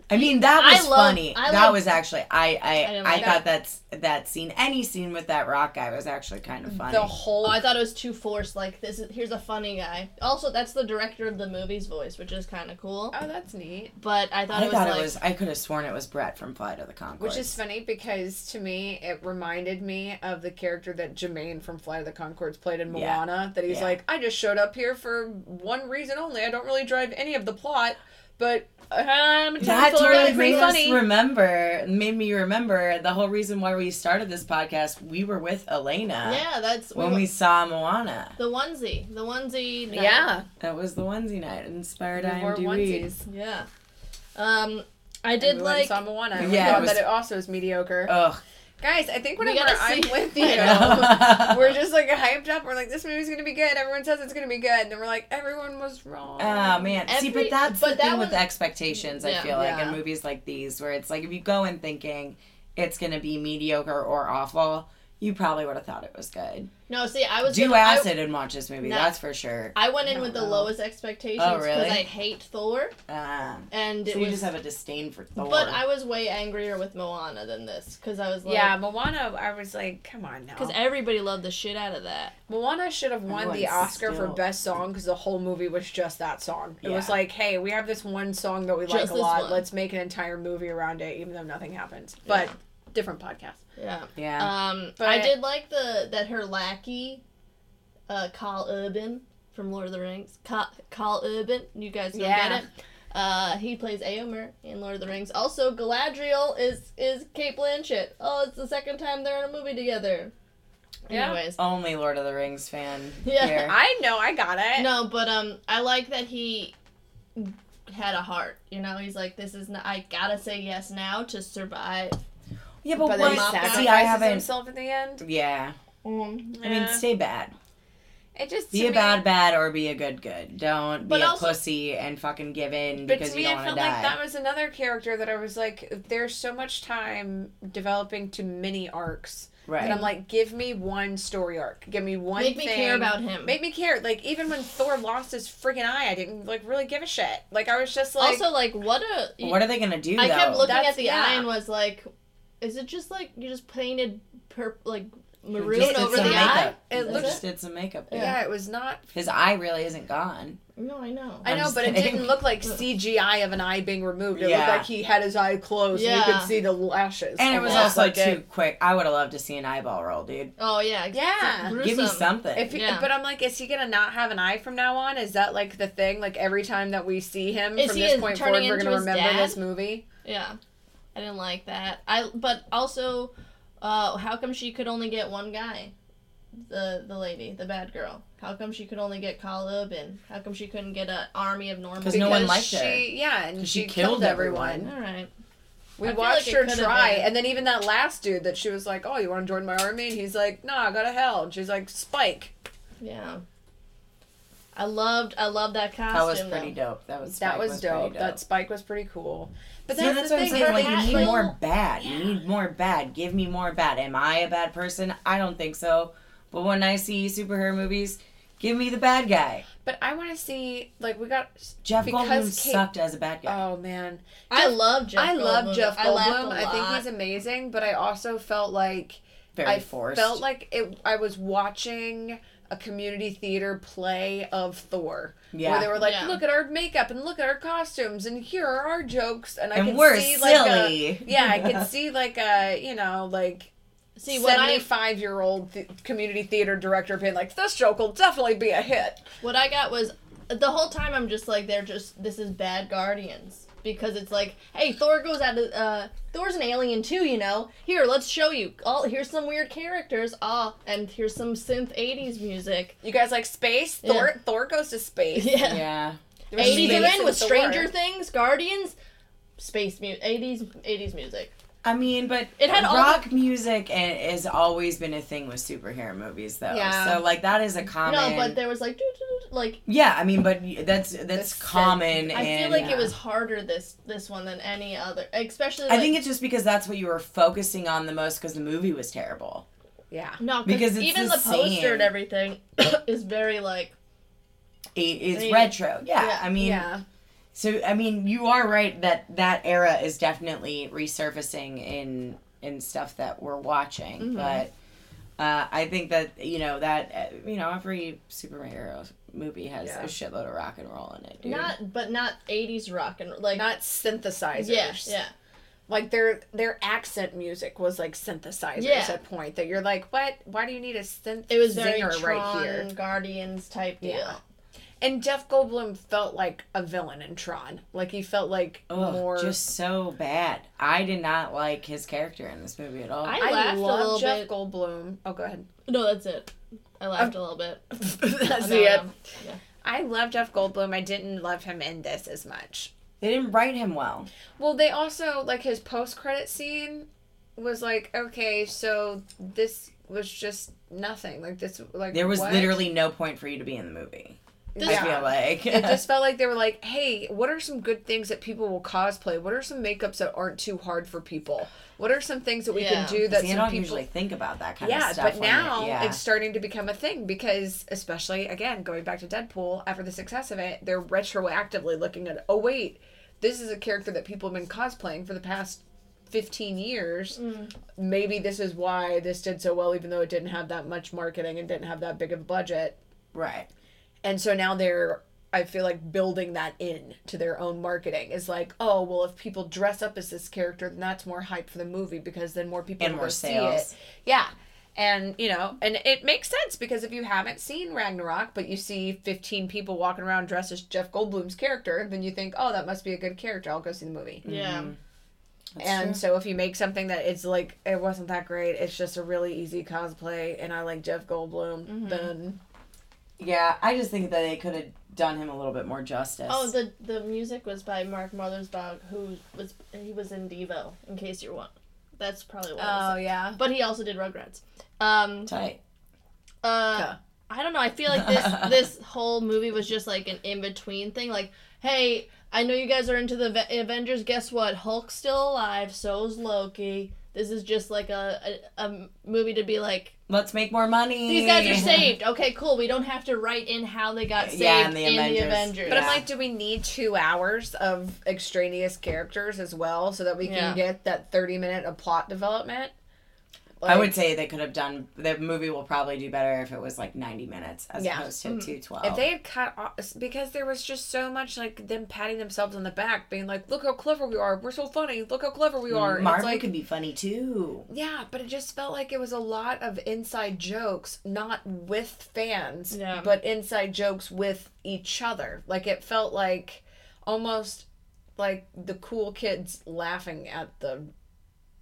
Speaker 3: I mean that
Speaker 2: I
Speaker 3: was
Speaker 2: love-
Speaker 3: funny.
Speaker 2: I
Speaker 3: that
Speaker 2: love-
Speaker 3: was actually I I I,
Speaker 2: didn't like
Speaker 3: thought that's that scene any scene with that rock guy was actually kind of funny.
Speaker 4: The whole.
Speaker 2: Oh, I thought it was too forced. Like this is here's a funny guy. Also, that's the director of the movie's voice, which is kind of cool.
Speaker 4: oh, that's neat.
Speaker 2: But I thought
Speaker 3: I
Speaker 2: it was
Speaker 3: thought
Speaker 2: like
Speaker 3: it was I could have sworn it was Brett from Flight of the Conchords.
Speaker 4: Which is funny because to me it reminded me of the character that Jermaine from Flight of the Concords played in
Speaker 3: Yeah.
Speaker 4: Moana. That he's
Speaker 3: Yeah.
Speaker 4: like, I just showed up here for one reason only. I don't really drive any of the plot, but uh, I'm a
Speaker 3: that
Speaker 4: totally
Speaker 3: totally
Speaker 4: pretty
Speaker 3: made
Speaker 4: funny.
Speaker 3: us remember made me remember the whole reason why we started this podcast. We were with Elena
Speaker 2: yeah, that's
Speaker 3: uh, when we saw Moana.
Speaker 2: the onesie, the onesie. night.
Speaker 4: yeah,
Speaker 3: That was the onesie night inspired
Speaker 4: we wore
Speaker 3: IMDb.
Speaker 4: onesies.
Speaker 2: yeah. Um, I
Speaker 4: And
Speaker 2: did
Speaker 4: we went
Speaker 2: like
Speaker 4: and saw Moana. and
Speaker 3: Yeah,
Speaker 4: we
Speaker 3: it
Speaker 4: thought
Speaker 3: was-
Speaker 4: that it also is mediocre.
Speaker 3: Ugh,
Speaker 4: Guys, I think
Speaker 2: We
Speaker 4: whenever
Speaker 2: gotta
Speaker 4: I'm
Speaker 2: see-
Speaker 4: with
Speaker 2: I know.
Speaker 4: you, we're just like hyped up. We're like, this movie's gonna be good. Everyone says it's gonna be good, and then we're like, everyone was wrong.
Speaker 3: Oh man! See,
Speaker 2: Every-
Speaker 3: but that's
Speaker 2: but
Speaker 3: the
Speaker 2: that
Speaker 3: thing with
Speaker 2: one-
Speaker 3: expectations. I
Speaker 2: Yeah.
Speaker 3: feel like
Speaker 4: Yeah.
Speaker 3: in movies like these, where it's like if you go in thinking it's gonna be mediocre or awful, you probably would have thought it was good.
Speaker 2: no. See, I was
Speaker 3: Do
Speaker 2: gonna- I-
Speaker 3: acid and watch this movie.
Speaker 2: No.
Speaker 3: That's for sure.
Speaker 2: I went in with the
Speaker 4: know.
Speaker 2: lowest expectations
Speaker 3: Oh,
Speaker 2: because
Speaker 3: really?
Speaker 2: I hate Thor,
Speaker 3: Um,
Speaker 2: and it
Speaker 3: so you
Speaker 2: was.
Speaker 3: just have a disdain for Thor.
Speaker 2: but I was way angrier with Moana than this because I was like, "Oh."
Speaker 4: yeah, Moana. I was like, come on now.
Speaker 3: e-
Speaker 2: because everybody loved the shit out of that.
Speaker 4: Moana should have won the
Speaker 3: Everyone's
Speaker 4: Oscar for
Speaker 3: still-
Speaker 4: best song because the whole movie was just that song. It was
Speaker 3: Yeah.
Speaker 4: like, hey, we have this one song that we
Speaker 2: Just
Speaker 4: like a
Speaker 2: this
Speaker 4: lot.
Speaker 2: one.
Speaker 4: Let's make an entire movie around it, even though nothing happens.
Speaker 3: Yeah.
Speaker 4: But different podcast.
Speaker 2: Yeah.
Speaker 3: yeah,
Speaker 2: Um,
Speaker 4: But-
Speaker 2: I did like the that her lackey, uh, Carl Urban from Lord of the Rings. Ca- Carl Urban, you guys know
Speaker 4: Yeah.
Speaker 2: about it. Uh, he plays Aomer in Lord of the Rings. Also, Galadriel is is Kate Blanchett. Oh, it's the second time they're in a movie together.
Speaker 4: Yeah.
Speaker 2: Anyways,
Speaker 3: only Lord of the Rings fan.
Speaker 2: Yeah.
Speaker 3: here.
Speaker 4: I know, I got
Speaker 3: Eh.
Speaker 4: it.
Speaker 2: no, but um, I like that he had a heart. You know, he's like, this is not. I gotta say yes now to survive.
Speaker 3: yeah, but,
Speaker 4: But
Speaker 2: then
Speaker 4: then
Speaker 3: what?
Speaker 4: he
Speaker 2: Mom got
Speaker 3: See, I
Speaker 4: sacrifices
Speaker 3: haven't.
Speaker 4: himself at the end.
Speaker 3: Yeah, I mean,
Speaker 4: Yeah.
Speaker 3: stay bad.
Speaker 4: it just
Speaker 3: Be
Speaker 4: to
Speaker 3: a
Speaker 4: me-
Speaker 3: bad bad or be a good good. Don't
Speaker 2: But
Speaker 3: be
Speaker 2: also-
Speaker 3: a pussy and fucking give in
Speaker 4: But
Speaker 3: because
Speaker 4: to me,
Speaker 3: you don't
Speaker 4: I
Speaker 3: want
Speaker 4: felt
Speaker 3: to die.
Speaker 4: like that was another character that I was like, there's so much time developing to mini arcs.
Speaker 3: right.
Speaker 4: And I'm like, give me one story arc. Give me one
Speaker 2: Make me
Speaker 4: thing.
Speaker 2: care about him.
Speaker 4: Make me care. Like even when Thor lost his freaking eye, I didn't like really give a shit. Like I was just like,
Speaker 2: also, like, what a
Speaker 3: what are they gonna do?
Speaker 2: I kept
Speaker 3: though?
Speaker 2: looking
Speaker 4: That's-
Speaker 2: at the
Speaker 4: yeah.
Speaker 2: eye and was like, "Is it just like you just painted purp like maroon
Speaker 3: Just did
Speaker 2: over the
Speaker 3: some
Speaker 2: eye?"
Speaker 3: makeup.
Speaker 4: It
Speaker 3: They
Speaker 4: looks-
Speaker 3: just did some makeup.
Speaker 4: yeah.
Speaker 3: Yeah.
Speaker 4: it was not.
Speaker 3: His eye really isn't gone.
Speaker 2: No, I know.
Speaker 4: I
Speaker 3: I'm
Speaker 4: know,
Speaker 3: just
Speaker 4: but it
Speaker 3: kidding.
Speaker 4: didn't look like CGI of an eye being removed. It
Speaker 3: Yeah.
Speaker 4: looked like he had his eye closed, and you
Speaker 2: Yeah.
Speaker 4: could see the lashes.
Speaker 3: And it was
Speaker 4: Yeah.
Speaker 3: also
Speaker 4: Like
Speaker 3: too
Speaker 4: it-
Speaker 3: quick. I would have loved to see an eyeball roll, dude.
Speaker 2: oh yeah, it's
Speaker 4: Yeah.
Speaker 2: gruesome.
Speaker 3: Give me something.
Speaker 4: If he,
Speaker 2: Yeah.
Speaker 4: But I'm like, is he gonna not have an eye from now on? Is that like the thing? Like every time that we see him
Speaker 2: Is
Speaker 4: from
Speaker 2: he
Speaker 4: this
Speaker 2: in-
Speaker 4: point
Speaker 2: turning
Speaker 4: forward, we're gonna
Speaker 2: into his
Speaker 4: remember
Speaker 2: dad?
Speaker 4: this movie.
Speaker 2: Yeah, I didn't like that. I but also, uh, how come she could only get one guy? the the lady, the bad girl. How come she could only get Caleb, and how come she couldn't get an army of normal?
Speaker 3: 'Cause no one
Speaker 4: Because
Speaker 3: liked
Speaker 4: she,
Speaker 3: her.
Speaker 4: Yeah, and
Speaker 3: 'Cause
Speaker 4: she,
Speaker 3: she
Speaker 4: killed,
Speaker 3: killed
Speaker 4: everyone.
Speaker 3: everyone.
Speaker 2: All right.
Speaker 4: We
Speaker 2: I feel like
Speaker 4: watched
Speaker 2: it
Speaker 4: her
Speaker 2: could've
Speaker 4: try,
Speaker 2: been.
Speaker 4: and then even that last dude that she was like, "Oh, you want to join my army?" and he's like, "Nah, go to hell." And she's like, "Spike."
Speaker 2: Yeah. I loved I loved that costume.
Speaker 3: That was pretty dope. That was
Speaker 4: that
Speaker 3: Spike
Speaker 4: was,
Speaker 3: pretty
Speaker 4: dope. That Spike was pretty cool. But
Speaker 3: yeah,
Speaker 4: that's,
Speaker 3: that's what I'm
Speaker 4: the thing.
Speaker 3: saying.
Speaker 4: her
Speaker 3: Like,
Speaker 4: hat-
Speaker 3: you need
Speaker 2: like-
Speaker 3: more bad. You need more bad. Give me more bad. Am I a bad person? I don't think so. But when I see superhero movies, give me the bad guy.
Speaker 4: but I want to see like we got.
Speaker 3: Jeff
Speaker 4: Because
Speaker 3: Goldblum
Speaker 4: Kate-
Speaker 3: sucked as a bad guy.
Speaker 4: Oh man,
Speaker 2: I love Jeff.
Speaker 4: I love
Speaker 2: Goldblum.
Speaker 4: Jeff
Speaker 2: I laughed a
Speaker 4: Goldblum. I, think
Speaker 2: lot.
Speaker 4: he's amazing, but I also felt like
Speaker 3: Very
Speaker 4: I
Speaker 3: forced.
Speaker 4: felt like it. I was watching a community theater play of Thor.
Speaker 3: Yeah.
Speaker 4: Where they were like,
Speaker 2: Yeah.
Speaker 4: look at our makeup and look at our costumes and here are our jokes and I
Speaker 3: And
Speaker 4: could
Speaker 3: we're
Speaker 4: see like
Speaker 3: silly.
Speaker 4: a, yeah, I could see like a you know like
Speaker 2: See what I
Speaker 4: 75 year old th- community theater director being like, this joke will definitely be a hit.
Speaker 2: what I got was the whole time I'm just like they're just this is bad guardians because it's like hey Thor goes out of uh Thor's an alien too you know here let's show you all here's some weird characters ah and here's some synth 80s music
Speaker 4: You guys like space?
Speaker 2: Yeah.
Speaker 4: Thor Thor goes to space.
Speaker 2: yeah,
Speaker 3: yeah.
Speaker 4: There was
Speaker 2: 80s
Speaker 4: space
Speaker 2: are in with
Speaker 4: Thor.
Speaker 2: Stranger Things Guardians space music 80s 80s music
Speaker 3: I mean, but
Speaker 2: It had all
Speaker 3: rock music and has always been a thing with superhero movies, though.
Speaker 4: Yeah.
Speaker 3: So like that is a common.
Speaker 2: no but there was like doo, doo, doo, like
Speaker 3: yeah, I mean, but y- that's that's
Speaker 4: That's-
Speaker 3: common.
Speaker 2: I feel
Speaker 3: and-
Speaker 2: like it was harder this this one than any other especially like,
Speaker 3: I think it's just because that's what you were focusing on the most because the movie was terrible.
Speaker 4: Yeah.
Speaker 2: no
Speaker 3: because
Speaker 2: because
Speaker 3: it's
Speaker 2: even
Speaker 3: the
Speaker 2: the, poster
Speaker 3: same.
Speaker 2: and everything is very like
Speaker 3: it is
Speaker 2: Yeah.
Speaker 3: retro. Yeah,
Speaker 2: Yeah.
Speaker 3: I mean,
Speaker 4: yeah.
Speaker 3: so I mean, you are right that that era is definitely resurfacing in in stuff that we're watching,
Speaker 4: Mm-hmm.
Speaker 3: but. Uh, I think that you know that uh, you know every superhero movie has
Speaker 4: Yeah.
Speaker 3: a shitload of rock and roll in it. Dude.
Speaker 2: Not, but not '80s rock and like
Speaker 4: Not synthesizers.
Speaker 2: yeah, yeah.
Speaker 4: Like their their accent music was like synthesizers
Speaker 2: Yeah.
Speaker 4: at point that you're like, what? Why do you need a synth?
Speaker 2: It was very
Speaker 4: zinger
Speaker 2: Tron Guardians type deal.
Speaker 4: Yeah. And Jeff Goldblum felt like a villain in Tron. Like he felt like
Speaker 3: Ugh,
Speaker 4: more.
Speaker 3: just so bad. I did not like his character in this movie at all.
Speaker 2: I-
Speaker 4: I,
Speaker 2: laughed a little
Speaker 4: love Jeff
Speaker 2: bit.
Speaker 4: Goldblum. Oh, go ahead.
Speaker 2: No, that's it. I laughed a little bit.
Speaker 4: That's
Speaker 2: No,
Speaker 4: it.
Speaker 2: no. Yeah.
Speaker 4: I love Jeff Goldblum. I didn't love him in this as much.
Speaker 3: they didn't write him well.
Speaker 4: Well, they also like his post-credit scene was like, okay, so this was just nothing. Like this, like
Speaker 3: There was
Speaker 4: what?
Speaker 3: literally no point for you to be in the movie.
Speaker 2: This-
Speaker 4: Yeah.
Speaker 3: I feel like
Speaker 4: It just felt like they were like, hey, what are some good things that people will cosplay? What are some makeups that aren't too hard for people? What are some things that we
Speaker 2: Yeah.
Speaker 4: can do that
Speaker 3: See, I
Speaker 4: some
Speaker 3: don't
Speaker 4: people
Speaker 3: usually think about that kind
Speaker 4: yeah,
Speaker 3: of stuff.
Speaker 4: but
Speaker 3: when it-
Speaker 4: now
Speaker 3: yeah.
Speaker 4: it's starting to become a thing because, especially again, going back to Deadpool, after the success of it, they're retroactively looking at, oh, wait, this is a character that people have been cosplaying for the past 15 years. Maybe this is why this did so well, even though it didn't have that much marketing and didn't have that big of a budget.
Speaker 3: right.
Speaker 4: And so now they're, I feel like, building that in to their own marketing is like, oh, well, if people dress up as this character, then that's more hype for the movie because then more people
Speaker 3: And
Speaker 4: will
Speaker 3: more
Speaker 4: go
Speaker 3: sales.
Speaker 4: see it. Yeah. And, you know, and it makes sense because if you haven't seen Ragnarok, but you see 15 people walking around dressed as Jeff Goldblum's character, then you think, oh, that must be a good character. I'll go see the movie.
Speaker 2: Yeah.
Speaker 4: and so if you make something that it's like, it wasn't that great, it's just a really easy cosplay, and I like Jeff Goldblum,
Speaker 3: Mm-hmm.
Speaker 4: then.
Speaker 3: Yeah, I just think that they could have done him a little bit more justice.
Speaker 2: Oh, the the music was by Mark Mothersbaugh, who was he was in Devo. In case you're one, that's probably what. I
Speaker 3: Oh,
Speaker 2: was
Speaker 4: yeah.
Speaker 2: But he also did Rugrats. Um,
Speaker 3: tight.
Speaker 2: uh,
Speaker 4: Huh.
Speaker 2: I don't know. I feel like this this whole movie was just like an in between thing. Like, hey, I know you guys are into the Ave- Avengers. Guess what? Hulk's still alive. So's Loki. This is just like a, a a movie to be like
Speaker 3: Let's make more money.
Speaker 2: these guys are saved. Okay, cool. We don't have to write in how they got saved
Speaker 3: Yeah, in
Speaker 2: in
Speaker 3: the
Speaker 2: the
Speaker 3: Avengers.
Speaker 2: Avengers.
Speaker 4: But I'm
Speaker 3: Yeah.
Speaker 4: like, do we need two hours of extraneous characters as well so that we
Speaker 2: Yeah.
Speaker 4: can get that 30 minute of plot development?
Speaker 3: I would say they could have done. The movie will probably do better if it was like ninety minutes as
Speaker 4: Yeah. Hmm.
Speaker 3: opposed to two twelve.
Speaker 4: If they had cut off, because there was just so much like them patting themselves on the back, being like, look how clever we are. We're so funny. Look how clever we are. And it's
Speaker 3: Marvel
Speaker 4: like,
Speaker 3: could be funny too.
Speaker 4: yeah, but it just felt like it was a lot of inside jokes, not with fans,
Speaker 2: Yeah.
Speaker 4: but inside jokes with each other. Like it felt like almost like the cool kids laughing at the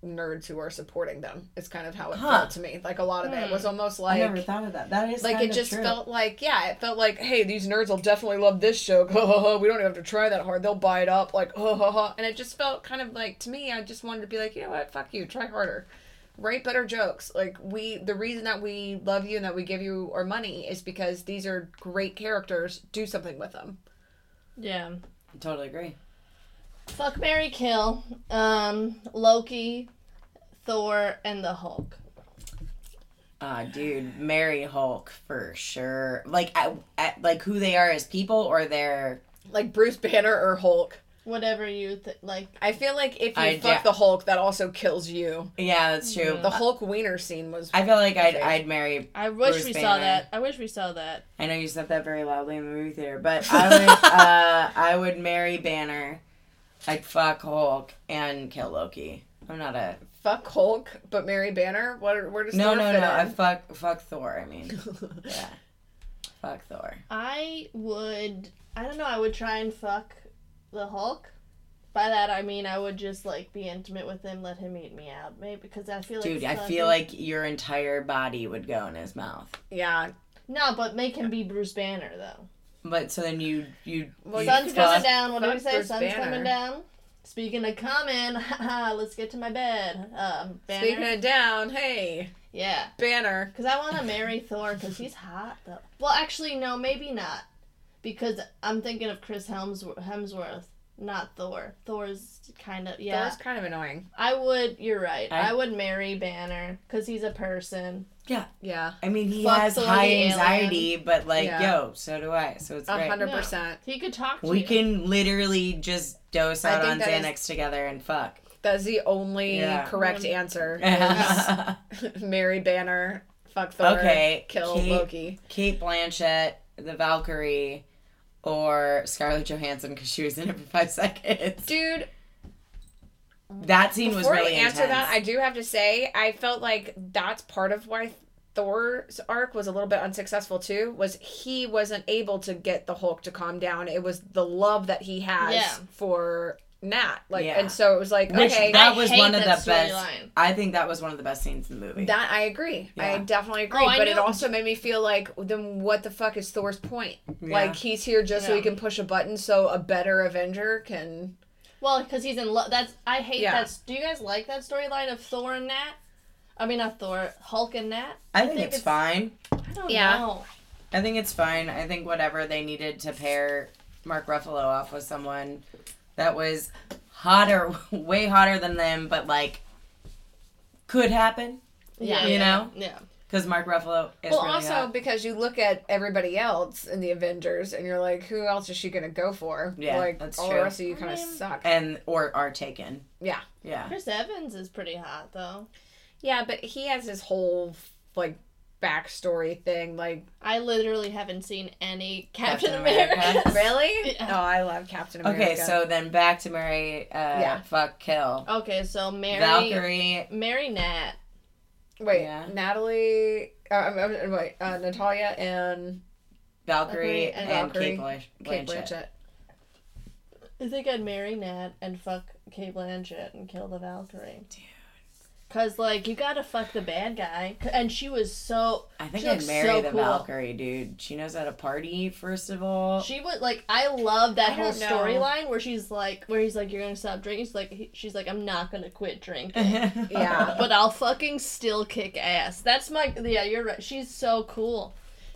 Speaker 4: nerds who are supporting them. It's kind of how it
Speaker 3: Huh. Hmm.
Speaker 4: felt to me. Like a lot of it was almost like
Speaker 3: I never thought of that. That is
Speaker 4: like
Speaker 3: kind
Speaker 4: it
Speaker 3: of
Speaker 4: just
Speaker 3: true.
Speaker 4: felt like yeah, it felt like hey, these nerds will definitely love this joke. Ha ha ha. We don't even have to try that hard. They'll buy it up. Like ha ha ha. And it just felt kind of like to me. I just wanted to be like you know what, fuck you, try harder. Write better jokes. Like we, the reason that we love you and that we give you our money is because these are great characters. Do something with them.
Speaker 2: Yeah.
Speaker 3: Totally agree.
Speaker 2: Fuck Mary Kill, um, Loki, Thor, and the Hulk.
Speaker 3: Ah, dude, Mary Hulk for sure. Like, at, at, like who they are as people or their
Speaker 4: Like Bruce Banner or Hulk.
Speaker 2: Whatever you th- like.
Speaker 4: I feel like if you
Speaker 3: I
Speaker 4: fuck
Speaker 3: da-
Speaker 4: the Hulk, that also kills you.
Speaker 3: yeah, that's true.
Speaker 4: The Hulk wiener scene was
Speaker 3: I feel like I'd I'd marry.
Speaker 2: I wish
Speaker 3: Bruce
Speaker 2: we saw
Speaker 3: Banner.
Speaker 2: that. I wish we saw that.
Speaker 3: I know you said that very loudly in the movie theater, but I would uh, I would marry Banner. I'd fuck Hulk and kill Loki. I'm not a
Speaker 4: fuck Hulk, but Mary Banner. What? Where does
Speaker 3: no
Speaker 4: Thor
Speaker 3: no
Speaker 4: fit
Speaker 3: no. I
Speaker 4: in?
Speaker 3: fuck fuck Thor. I mean, yeah, fuck Thor.
Speaker 2: I would. I don't know. I would try and fuck the Hulk. By that I mean I would just like be intimate with him, let him eat me out, maybe because I feel like
Speaker 3: Dude, I
Speaker 2: fucking-
Speaker 3: feel like your entire body would go in his mouth.
Speaker 4: yeah,
Speaker 2: no, but make him be Bruce Banner though.
Speaker 3: But so then you you
Speaker 4: Well,
Speaker 3: you
Speaker 2: Sun's
Speaker 4: could
Speaker 2: coming
Speaker 4: just
Speaker 2: down. What do we
Speaker 4: fuck
Speaker 2: say?
Speaker 4: Bruce
Speaker 2: Sun's
Speaker 4: Banner.
Speaker 2: coming down. Speaking of coming, let's get to my bed. Um, Banner.
Speaker 4: Speaking of down, hey
Speaker 2: yeah.
Speaker 4: Banner.
Speaker 2: Because I want to marry Thor because he's hot, though. Well, actually, no, maybe not. Because I'm thinking of Chris Hemsworth, Hemsworth not Thor. Thor's kind of, yeah.
Speaker 4: Thor's kind of annoying.
Speaker 2: I would, you're right. I,
Speaker 3: I-
Speaker 2: would marry Banner because he's a person.
Speaker 4: Yeah,
Speaker 3: I mean, he
Speaker 2: Fuck
Speaker 3: has
Speaker 2: Thor
Speaker 3: high
Speaker 2: the alien.
Speaker 3: anxiety, but like,
Speaker 4: Yeah.
Speaker 3: yo, so do I. So it's
Speaker 4: a
Speaker 3: great.
Speaker 4: hundred
Speaker 2: No.
Speaker 4: percent.
Speaker 2: He could talk to
Speaker 3: We
Speaker 2: you.
Speaker 3: can literally just dose
Speaker 4: I
Speaker 3: out
Speaker 4: think
Speaker 3: on
Speaker 4: that is-
Speaker 3: Xanax together and fuck.
Speaker 4: That's the only
Speaker 3: Yeah. Um,
Speaker 4: correct
Speaker 2: Mm.
Speaker 4: answer.
Speaker 3: Kate
Speaker 4: Mary Banner, fuck Thor,
Speaker 3: Okay,
Speaker 4: kill
Speaker 3: Kate-
Speaker 4: Loki.
Speaker 3: Blanchett, the Valkyrie, or Scarlett Johansson because she was in it for five seconds.
Speaker 4: Dude,
Speaker 3: That scene was
Speaker 4: before
Speaker 3: really
Speaker 4: I answer
Speaker 3: intense.
Speaker 4: that, I do have to say I felt like that's part of why Thor's arc was a little bit unsuccessful too. Was he wasn't able to get the Hulk to calm down? It was the love that he has
Speaker 2: Yeah.
Speaker 4: for Nat, like,
Speaker 3: Yeah.
Speaker 4: and so it was like
Speaker 3: Which
Speaker 4: okay.
Speaker 3: that
Speaker 2: I
Speaker 3: was
Speaker 2: hate
Speaker 3: one of
Speaker 2: that
Speaker 3: the best.
Speaker 2: storyline.
Speaker 3: I think that was one of the best scenes in the movie.
Speaker 4: that I agree. I
Speaker 3: Yeah.
Speaker 4: definitely agree.
Speaker 2: Oh, I
Speaker 4: but it
Speaker 2: know-
Speaker 4: also made me feel like, then what the fuck is Thor's point?
Speaker 3: Yeah.
Speaker 4: Like he's here just so he
Speaker 2: Yeah.
Speaker 4: can push a button, so a better Avenger can.
Speaker 2: Well, because he's in love. That's, I hate
Speaker 4: Yeah.
Speaker 2: that. Do you guys like that storyline of Thor and Nat? I mean, not Thor, Hulk and Nat?
Speaker 3: I think,
Speaker 2: think
Speaker 3: it's,
Speaker 2: it's-
Speaker 3: fine.
Speaker 2: I don't
Speaker 4: Yeah.
Speaker 2: know.
Speaker 3: I think it's fine. I think whatever they needed to pair Mark Ruffalo off with someone that was hotter, way hotter than them, but like could happen
Speaker 2: Yeah.
Speaker 3: You
Speaker 2: yeah,
Speaker 3: know?
Speaker 2: Yeah.
Speaker 3: because Mark Ruffalo is
Speaker 4: well,
Speaker 3: really
Speaker 4: also
Speaker 3: hot.
Speaker 4: because you look at everybody else in the Avengers, and you're like, who else is she gonna go for?
Speaker 3: Yeah,
Speaker 4: like
Speaker 3: that's
Speaker 4: all the
Speaker 3: true.
Speaker 4: rest of you kind
Speaker 2: I
Speaker 4: of
Speaker 2: mean-
Speaker 4: suck.
Speaker 3: and or are taken.
Speaker 4: yeah,
Speaker 3: Yeah.
Speaker 2: Chris Evans is pretty hot, though.
Speaker 4: yeah, but he has his whole like backstory thing. Like,
Speaker 2: I literally haven't seen any Captain,
Speaker 3: Captain
Speaker 2: America.
Speaker 3: America.
Speaker 4: really?
Speaker 2: Yeah.
Speaker 4: No, I love Captain America.
Speaker 3: Okay, so then back to Mary. Uh,
Speaker 4: Yeah.
Speaker 3: Fuck kill
Speaker 2: Okay, so Mary,
Speaker 3: Valkyrie.
Speaker 2: Mary Nat,
Speaker 4: wait,
Speaker 3: Yeah.
Speaker 4: Natalie, uh, I'm, I'm, wait, uh, Natalia and
Speaker 3: Valkyrie
Speaker 2: Valkyrie and
Speaker 3: and
Speaker 4: Valkyrie.
Speaker 3: Kate Blanch- Blanchett.
Speaker 4: Kate Blanchett.
Speaker 2: I think I'd marry Nat and fuck Kate Blanchett and kill the Valkyrie. Dude. Cause like you gotta fuck the bad guy, C- and she was so.
Speaker 3: I think
Speaker 2: She
Speaker 3: I'd
Speaker 2: looks
Speaker 3: marry
Speaker 2: so
Speaker 3: the
Speaker 2: cool.
Speaker 3: Valkyrie, dude. She knows how to party, first of all.
Speaker 2: She would like. I love that
Speaker 4: I
Speaker 2: whole
Speaker 4: don't know.
Speaker 2: storyline where she's like, where he's like, "You're gonna stop drinking." She's like, he, she's like, "I'm not gonna quit drinking,
Speaker 4: Yeah.
Speaker 2: but I'll fucking still kick ass." That's my. Yeah, you're right. She's so cool.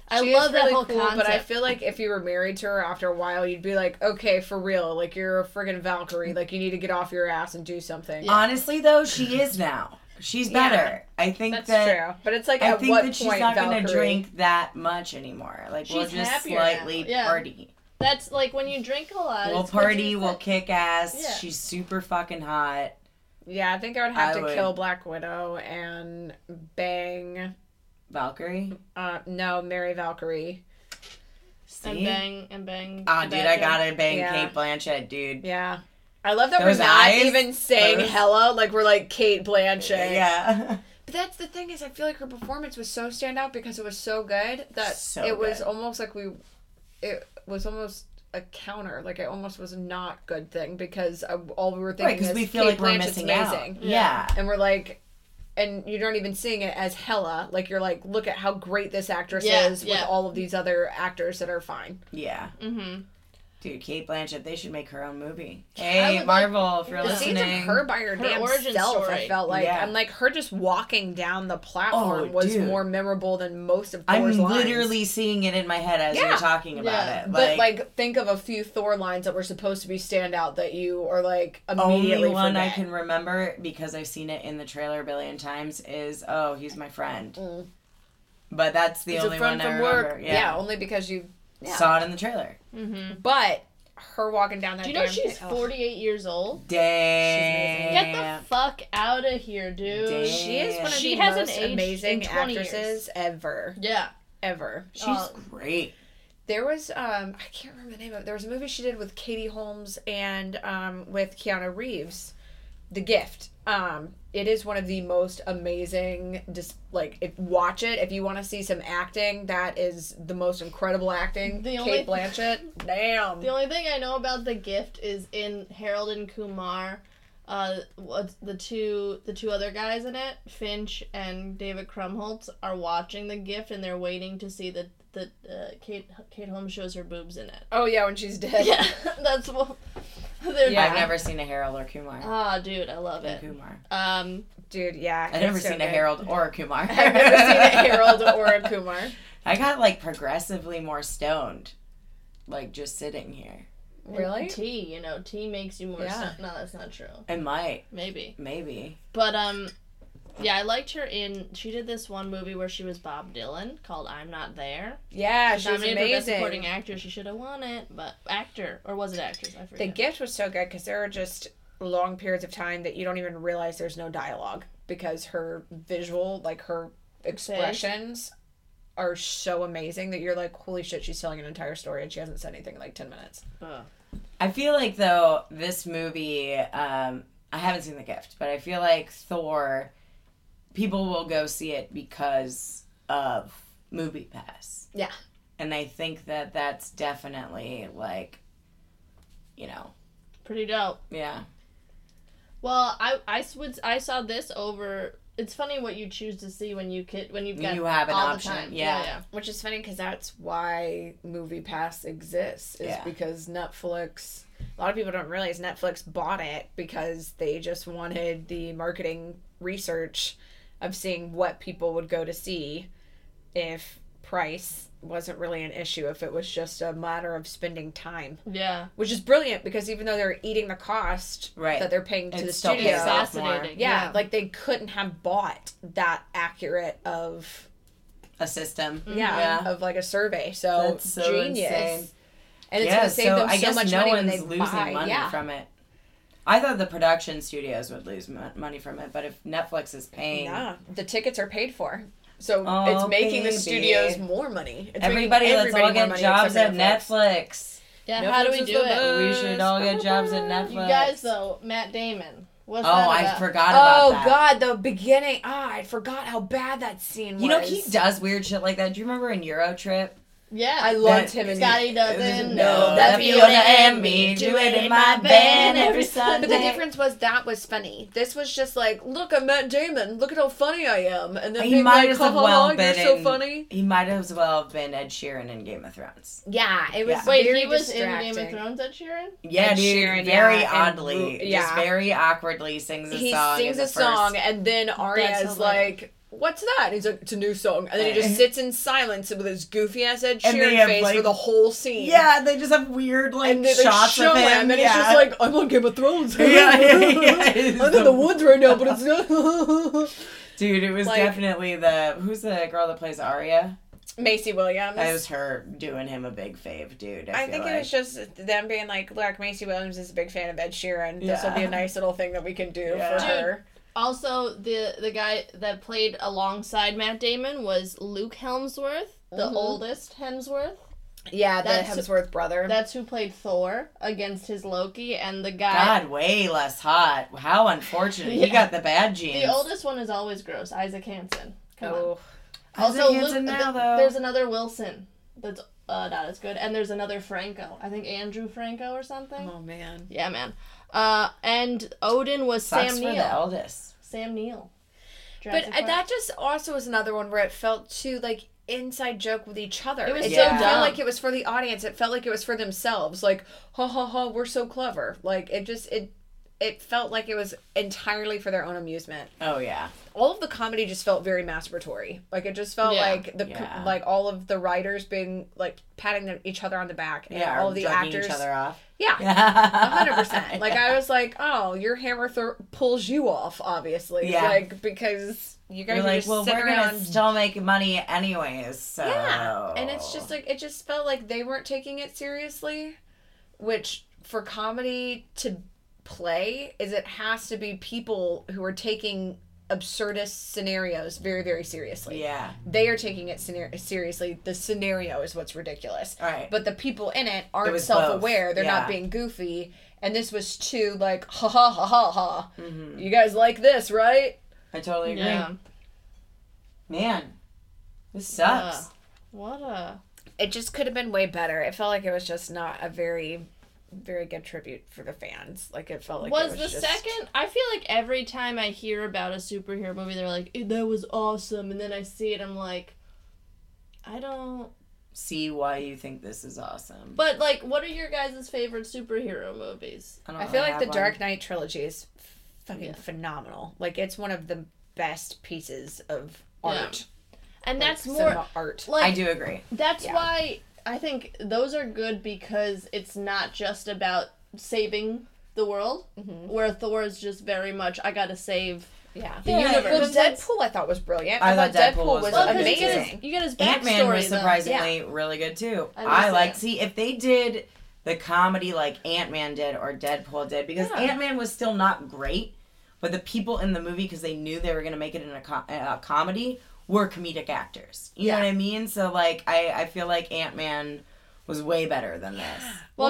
Speaker 2: I
Speaker 4: She is
Speaker 2: love that
Speaker 4: really
Speaker 2: whole concept.
Speaker 4: But I feel like if you were married to her after a while, you'd be like, okay, for real, like you're a friggin'
Speaker 3: Mm.
Speaker 4: Valkyrie, like you need to get off your ass and do something.
Speaker 3: Honestly, though, she is now. She's
Speaker 4: Yeah.
Speaker 3: better. I think
Speaker 4: That's
Speaker 3: that.
Speaker 4: true. But it's like
Speaker 3: I
Speaker 4: at
Speaker 3: think
Speaker 4: what
Speaker 3: that she's
Speaker 4: point
Speaker 3: not
Speaker 4: Valkyrie?
Speaker 3: going to drink that much anymore. Like we'll
Speaker 2: She's
Speaker 3: just
Speaker 2: happier now.
Speaker 3: slightly
Speaker 2: Yeah.
Speaker 3: party.
Speaker 2: That's like when you drink a lot.
Speaker 3: We'll
Speaker 2: it's what
Speaker 3: party.
Speaker 2: you
Speaker 3: We'll
Speaker 2: think.
Speaker 3: kick ass.
Speaker 2: Yeah.
Speaker 3: She's super fucking hot.
Speaker 4: Yeah, I think I would have
Speaker 3: I
Speaker 4: to
Speaker 3: would.
Speaker 4: kill Black Widow and bang.
Speaker 3: Valkyrie.
Speaker 4: Uh, no, marry Valkyrie.
Speaker 2: and
Speaker 3: See?
Speaker 2: bang and bang.
Speaker 3: Ah,
Speaker 2: the
Speaker 3: dude,
Speaker 2: bad
Speaker 3: I
Speaker 2: guy.
Speaker 3: gotta bang
Speaker 4: Yeah.
Speaker 3: Kate Blanchett, dude.
Speaker 4: Yeah. I love that
Speaker 3: Those
Speaker 4: we're not
Speaker 3: eyes,
Speaker 4: even saying
Speaker 3: those-
Speaker 4: hello. Like we're like Kate Blanchett.
Speaker 3: Yeah.
Speaker 4: But that's the thing is, I feel like her performance was so standout because it was so good that
Speaker 3: So
Speaker 4: it was
Speaker 3: good.
Speaker 4: almost like we, it was almost a counter. Like it almost was not a good thing because I, all we were
Speaker 3: Right,
Speaker 4: thinking
Speaker 3: because
Speaker 4: is
Speaker 3: we feel
Speaker 4: Kate
Speaker 3: like we're
Speaker 4: Blanchett's
Speaker 3: missing
Speaker 4: amazing.
Speaker 3: out. Yeah.
Speaker 4: and we're like and you're not even seeing it as hella like you're like look at how great this actress
Speaker 2: Yeah,
Speaker 4: is with
Speaker 2: yeah.
Speaker 4: all of these other actors that are fine
Speaker 3: Yeah.
Speaker 2: Mm-hmm.
Speaker 3: Dude, Kate Blanchett, they should make her own movie.
Speaker 2: I
Speaker 3: Hey,
Speaker 2: would like-
Speaker 3: Marvel, if you're
Speaker 4: the scenes of
Speaker 3: listening.
Speaker 4: her by her, damn
Speaker 2: origin
Speaker 4: self i
Speaker 2: story.
Speaker 4: felt like
Speaker 3: Yeah.
Speaker 4: i'm like her just walking down the platform
Speaker 3: Oh,
Speaker 4: was
Speaker 3: dude.
Speaker 4: more memorable than most of
Speaker 3: I'm
Speaker 4: thor's lines.
Speaker 3: literally seeing it in my head as
Speaker 4: Yeah.
Speaker 3: you're talking about
Speaker 2: Yeah.
Speaker 3: it.
Speaker 4: but like think of a few thor lines that were supposed to be standout that you are like immediately
Speaker 3: only one I
Speaker 4: forget.
Speaker 3: can remember because I've seen it in the trailer a billion times is oh he's my friend.
Speaker 4: Mm.
Speaker 3: But that's the
Speaker 4: He's a
Speaker 3: only
Speaker 4: friend
Speaker 3: one I
Speaker 4: from
Speaker 3: remember.
Speaker 4: work
Speaker 3: Yeah.
Speaker 4: yeah only because you Yeah.
Speaker 3: saw it in the trailer.
Speaker 2: Mm-hmm.
Speaker 4: but her walking down that
Speaker 2: Do you know
Speaker 4: damn
Speaker 2: she's
Speaker 4: thing- oh.
Speaker 2: 48 years old?
Speaker 3: Damn.
Speaker 2: Get the fuck out of here, dude.
Speaker 3: Damn.
Speaker 4: She is one of
Speaker 2: She
Speaker 4: the
Speaker 2: hasn't
Speaker 4: most
Speaker 2: aged in
Speaker 4: amazing
Speaker 2: 20 years.
Speaker 4: actresses ever,
Speaker 2: Yeah.
Speaker 4: ever.
Speaker 3: She's
Speaker 2: Uh,
Speaker 3: great.
Speaker 4: There was um I can't remember the name of it. There was a movie she did with Katie Holmes and um with Keanu Reeves, The Gift. Um it is one of the most amazing just like if watch it if you want to see some acting that is the most incredible acting.
Speaker 2: The
Speaker 4: Kate
Speaker 2: only-
Speaker 4: Blanchett. Damn.
Speaker 2: The only thing I know about the gift is in Harold and Kumar, uh, what's the two the two other guys in it, Finch and David Krumholtz, are watching the gift and they're waiting to see that that uh, Kate Kate Holmes shows her boobs in it.
Speaker 4: oh yeah, when she's dead.
Speaker 2: Yeah, that's what. They're,
Speaker 4: Yeah. Uh,
Speaker 3: I've never seen a Harold or Kumar.
Speaker 2: Ah, dude, I love it.
Speaker 3: Kumar.
Speaker 2: Um,
Speaker 4: Dude, yeah.
Speaker 3: I've never
Speaker 4: it's so
Speaker 3: seen a
Speaker 4: good.
Speaker 3: Harold or a Kumar.
Speaker 4: I've never seen a Harold or a Kumar.
Speaker 3: I got like progressively more stoned, like just sitting here.
Speaker 2: and
Speaker 4: Really?
Speaker 2: Tea, you know, tea makes you more.
Speaker 4: Yeah.
Speaker 2: stu- no, that's not true.
Speaker 3: I might,
Speaker 2: Maybe,
Speaker 3: maybe.
Speaker 2: but um, yeah, I liked her in. She did this one movie where she was Bob Dylan called "I'm Not There."
Speaker 4: Yeah,
Speaker 2: She's
Speaker 4: she's
Speaker 2: nominated for best supporting
Speaker 4: amazing.
Speaker 2: actor. She should have won it, but actor or was it actress? I
Speaker 4: The
Speaker 2: forget.
Speaker 4: gift was so good because there are just long periods of time that you don't even realize there's no dialogue because her visual, like her expressions, are so amazing that you're like, holy shit, she's telling an entire story and she hasn't said anything in like 10 minutes.
Speaker 2: Ugh.
Speaker 3: I feel like though this movie, um, I haven't seen The Gift, but I feel like Thor, people will go see it because of Movie Pass,
Speaker 4: Yeah.
Speaker 3: and I think that that's definitely like, you know,
Speaker 2: pretty dope.
Speaker 3: yeah,
Speaker 2: Well, I I s- would I saw this over. It's funny what you choose to see when you kid when you've got
Speaker 3: you have an
Speaker 2: all
Speaker 3: option,
Speaker 2: The time.
Speaker 3: yeah.
Speaker 4: Which is funny because that's why Movie Pass exists, is
Speaker 3: Yeah.
Speaker 4: because Netflix. A lot of people don't realize Netflix bought it because they just wanted the marketing research of seeing what people would go to see if price wasn't really an issue, if it was just a matter of spending time,
Speaker 2: yeah, yeah.
Speaker 4: which is brilliant because even though they're eating the cost
Speaker 3: Right.
Speaker 4: that they're paying to
Speaker 3: It's
Speaker 4: the
Speaker 3: still
Speaker 4: studio,
Speaker 3: Yeah. off.
Speaker 2: Fascinating.
Speaker 4: yeah, like they couldn't have bought that accurate of
Speaker 3: a system,
Speaker 4: yeah, of like a survey. So,
Speaker 3: That's so
Speaker 4: genius.
Speaker 3: insane.
Speaker 4: And it's
Speaker 3: yeah,
Speaker 4: gonna save
Speaker 3: so
Speaker 4: them
Speaker 3: I
Speaker 4: so
Speaker 3: guess
Speaker 4: much
Speaker 3: no
Speaker 4: money when
Speaker 3: one's
Speaker 4: they
Speaker 3: losing
Speaker 4: buy.
Speaker 3: money
Speaker 4: yeah.
Speaker 3: from it. I thought the production studios would lose mon- money from it, but if Netflix is paying,
Speaker 4: yeah. The tickets are paid for. So
Speaker 3: Oh,
Speaker 4: it's making
Speaker 3: baby.
Speaker 4: the studios more money. It's making
Speaker 3: everybody, let's all
Speaker 4: everybody more
Speaker 3: get
Speaker 4: money
Speaker 3: jobs
Speaker 4: except
Speaker 3: at
Speaker 4: for
Speaker 3: Netflix.
Speaker 2: yeah. how do we do it?
Speaker 4: Uh,
Speaker 3: We should all get jobs at Netflix.
Speaker 2: You guys though, Matt Damon. What's
Speaker 3: Oh,
Speaker 2: that
Speaker 3: I
Speaker 2: about?
Speaker 3: forgot about
Speaker 4: Oh
Speaker 3: that.
Speaker 4: god, the beginning. Ah, I forgot how bad that scene was.
Speaker 3: You know he does weird shit like that. Do you remember in Euro Trip?
Speaker 2: Yeah,
Speaker 4: I loved him in
Speaker 2: Scotty doesn't
Speaker 3: No,
Speaker 2: know
Speaker 3: that
Speaker 2: that
Speaker 3: Fiona
Speaker 2: Fiona
Speaker 3: and
Speaker 2: and
Speaker 3: me
Speaker 2: me
Speaker 3: do it in my van every
Speaker 4: But the
Speaker 3: Sunday.
Speaker 4: difference was that was funny. This was just like, look, I'm Matt Damon. Look at how funny I am. And then
Speaker 3: He
Speaker 4: being
Speaker 3: might
Speaker 4: like,
Speaker 3: as
Speaker 4: ha, ha,
Speaker 3: well
Speaker 4: ha, you're
Speaker 3: been
Speaker 4: so
Speaker 3: in-
Speaker 4: funny.
Speaker 3: He might as well have been Ed Sheeran in Game of Thrones.
Speaker 4: Yeah, it was
Speaker 3: Yeah.
Speaker 2: Wait,
Speaker 4: very
Speaker 2: he was
Speaker 4: distracting.
Speaker 2: in Game of Thrones at Sheeran.
Speaker 3: Yeah,
Speaker 4: Ed
Speaker 3: dude.
Speaker 4: Sheeran,
Speaker 3: very
Speaker 4: yeah, and
Speaker 3: oddly,
Speaker 4: Ru-
Speaker 3: just
Speaker 4: yeah.
Speaker 3: very awkwardly sings a
Speaker 4: he
Speaker 3: song. in
Speaker 4: sings
Speaker 3: the
Speaker 4: a song and then
Speaker 2: That's
Speaker 4: Arya's
Speaker 2: hilarious.
Speaker 4: like, "What's that?" And he's like, "It's a new song." And then he just sits in silence with his goofy ass Ed
Speaker 3: And they
Speaker 4: Sheeran
Speaker 3: have,
Speaker 4: face
Speaker 3: like-
Speaker 4: for the whole scene.
Speaker 3: Yeah, they just have weird like
Speaker 4: And they like,
Speaker 3: shots
Speaker 4: show
Speaker 3: of him,
Speaker 4: him, and
Speaker 3: yeah.
Speaker 4: it's just like, "I'm on Game of Thrones."
Speaker 3: Yeah, yeah, yeah, it's
Speaker 4: I'm in
Speaker 3: the-
Speaker 4: the woods right now, but it's not.
Speaker 3: dude, it was
Speaker 4: like-
Speaker 3: definitely the who's the girl that plays Arya?
Speaker 4: Macy Williams.
Speaker 3: That was her doing him a big fave, dude. I,
Speaker 4: I
Speaker 3: feel
Speaker 4: think
Speaker 3: like.
Speaker 4: it was just them being like, "Look, Macy Williams is a big fan of Ed Sheeran. This will be
Speaker 3: Yeah.
Speaker 4: a nice little thing that we can do
Speaker 3: Yeah.
Speaker 4: for
Speaker 3: Dude,
Speaker 4: her."
Speaker 2: Also, the the guy that played alongside Matt Damon was Luke Helmsworth, the
Speaker 3: Mm-hmm.
Speaker 4: Mhm.
Speaker 2: oldest Hemsworth.
Speaker 4: Yeah, the
Speaker 2: that's-
Speaker 4: Hemsworth brother.
Speaker 2: That's who played Thor against his Loki, and the guy,
Speaker 3: God, way less hot. How unfortunate. He
Speaker 2: Yeah.
Speaker 3: got the bad genes.
Speaker 2: the oldest one, is always gross. Isaac Hansen. Come on.
Speaker 4: oh,
Speaker 3: Isaac Hansen
Speaker 2: Luke-
Speaker 3: now,
Speaker 2: th-
Speaker 3: though.
Speaker 2: there's another Wilson. That's uh, not as good. And there's another Franco. I think Andrew Franco or
Speaker 3: Uh-huh.
Speaker 2: something.
Speaker 4: Oh man.
Speaker 2: Yeah, man. Uh, and Odin was
Speaker 3: Sucks
Speaker 2: Sam
Speaker 3: for the
Speaker 2: Neill.
Speaker 3: eldest.
Speaker 2: Sam Neill.
Speaker 4: But
Speaker 2: Jurassic
Speaker 4: uh,
Speaker 2: Park.
Speaker 4: that just also was another one where it felt too like inside joke with each other.
Speaker 2: It was
Speaker 4: it
Speaker 3: so
Speaker 4: didn't feel
Speaker 2: dumb.
Speaker 4: like it was for the audience. It felt like it was for themselves. Like ha ha ha, we're so clever. Like it just it it felt like it was entirely for their own amusement.
Speaker 3: Oh yeah.
Speaker 4: All of the comedy just felt very masturbatory. Like it just felt
Speaker 2: Yeah.
Speaker 4: like the
Speaker 3: Yeah.
Speaker 4: like all of the writers being like patting them, each other on the back and
Speaker 3: Yeah.
Speaker 4: all
Speaker 3: All
Speaker 4: of the
Speaker 3: drugging
Speaker 4: actors.
Speaker 3: each other off.
Speaker 4: Yeah. A hundred percent. Like I was like, oh, your hammer th- pulls you off, obviously.
Speaker 3: Yeah.
Speaker 4: Like because you guys
Speaker 3: You're
Speaker 4: are
Speaker 3: like,
Speaker 4: just
Speaker 3: well,
Speaker 4: sitting
Speaker 3: we're gonna
Speaker 4: around.
Speaker 3: still Oh. make money anyways. So.
Speaker 4: yeah, and it's just like it just felt like they weren't taking it seriously, which for comedy to play is it has to be people who are taking absurdist scenarios very very seriously.
Speaker 3: Yeah.
Speaker 4: They are taking it scenar- seriously. The scenario is what's ridiculous
Speaker 3: All right.
Speaker 4: but the people in it
Speaker 3: It
Speaker 4: aren't
Speaker 3: was
Speaker 4: self aware.
Speaker 3: both,
Speaker 4: They're
Speaker 3: yeah.
Speaker 4: not being goofy. And this was too like ha ha ha ha ha.
Speaker 3: Mm-hmm.
Speaker 4: You guys like this, right?
Speaker 3: I totally agree.
Speaker 2: Yeah.
Speaker 3: Man, this sucks.
Speaker 2: What a.
Speaker 4: It just could have been way better. It felt like it was just not a very, very good tribute for the fans. Like it felt like it
Speaker 2: was, the
Speaker 4: just-
Speaker 2: second? I feel like every time I hear about a superhero movie, they're like, "Eh, "That was awesome," and then I see it, I'm like, I don't.
Speaker 3: See why you think this is awesome.
Speaker 2: But like, what are your guys' favorite superhero movies?
Speaker 3: don't
Speaker 4: I feel
Speaker 3: really
Speaker 4: like the
Speaker 3: have
Speaker 4: Dark Knight trilogy is f- fucking
Speaker 2: Yeah.
Speaker 4: phenomenal. Like it's one of the best pieces of
Speaker 2: Yeah.
Speaker 4: art.
Speaker 2: And
Speaker 4: like,
Speaker 2: that's more
Speaker 4: cinema art.
Speaker 3: one.
Speaker 2: like
Speaker 3: I do agree.
Speaker 2: That's
Speaker 4: Yeah.
Speaker 2: why I think those are good because it's not just about saving the world, where Thor is just very much I gotta save
Speaker 4: Yeah.
Speaker 2: the
Speaker 3: Yeah,
Speaker 2: universe.
Speaker 4: Well,
Speaker 3: because
Speaker 4: Deadpool I thought was brilliant.
Speaker 3: I
Speaker 4: I, thought
Speaker 3: thought
Speaker 4: Deadpool,
Speaker 3: Deadpool was
Speaker 4: was
Speaker 2: Well, 'cause you get his-
Speaker 4: amazing.
Speaker 2: You get his
Speaker 3: Ant Man was
Speaker 2: backstory, though.
Speaker 3: surprisingly really good too.
Speaker 2: I
Speaker 3: I,
Speaker 2: noticed
Speaker 3: like
Speaker 2: that.
Speaker 3: see if they did the comedy like Ant Man did or Deadpool did because
Speaker 2: Yeah.
Speaker 3: Ant Man was still not great, but the people in the movie because they knew they were gonna make it in a, co- a comedy were comedic actors. You know
Speaker 4: Yeah.
Speaker 3: what I mean? So like I I feel like Ant Man was way better than this.
Speaker 4: Well,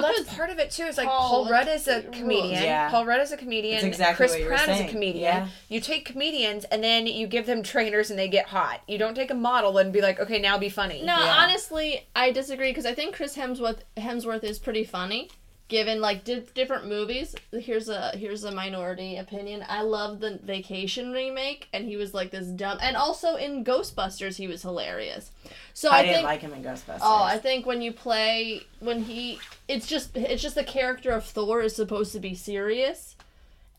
Speaker 2: Well,
Speaker 4: that's
Speaker 2: 'cause
Speaker 4: part of it too. Is like
Speaker 2: Paul
Speaker 4: Paul, Rudd is a
Speaker 2: rules.
Speaker 4: comedian.
Speaker 3: Yeah.
Speaker 4: Paul Rudd is a comedian.
Speaker 3: That's exactly
Speaker 4: Chris
Speaker 3: what you were
Speaker 4: Pratt is
Speaker 3: saying.
Speaker 4: a comedian.
Speaker 3: Yeah.
Speaker 4: You take comedians and then you give them trainers and they get hot. You don't take a model and be like, okay, now be funny.
Speaker 2: No,
Speaker 3: Yeah.
Speaker 2: honestly, I disagree because I think Chris Hemsworth Hemsworth is pretty funny. Given like di- different movies, here's a here's a minority opinion. I love the Vacation remake, and he was like this dumb. And also in Ghostbusters, he was hilarious. So I,
Speaker 3: I,
Speaker 2: think
Speaker 3: didn't like him in Ghostbusters.
Speaker 2: Oh, I think when you play when he it's just it's just the character of Thor is supposed to be serious.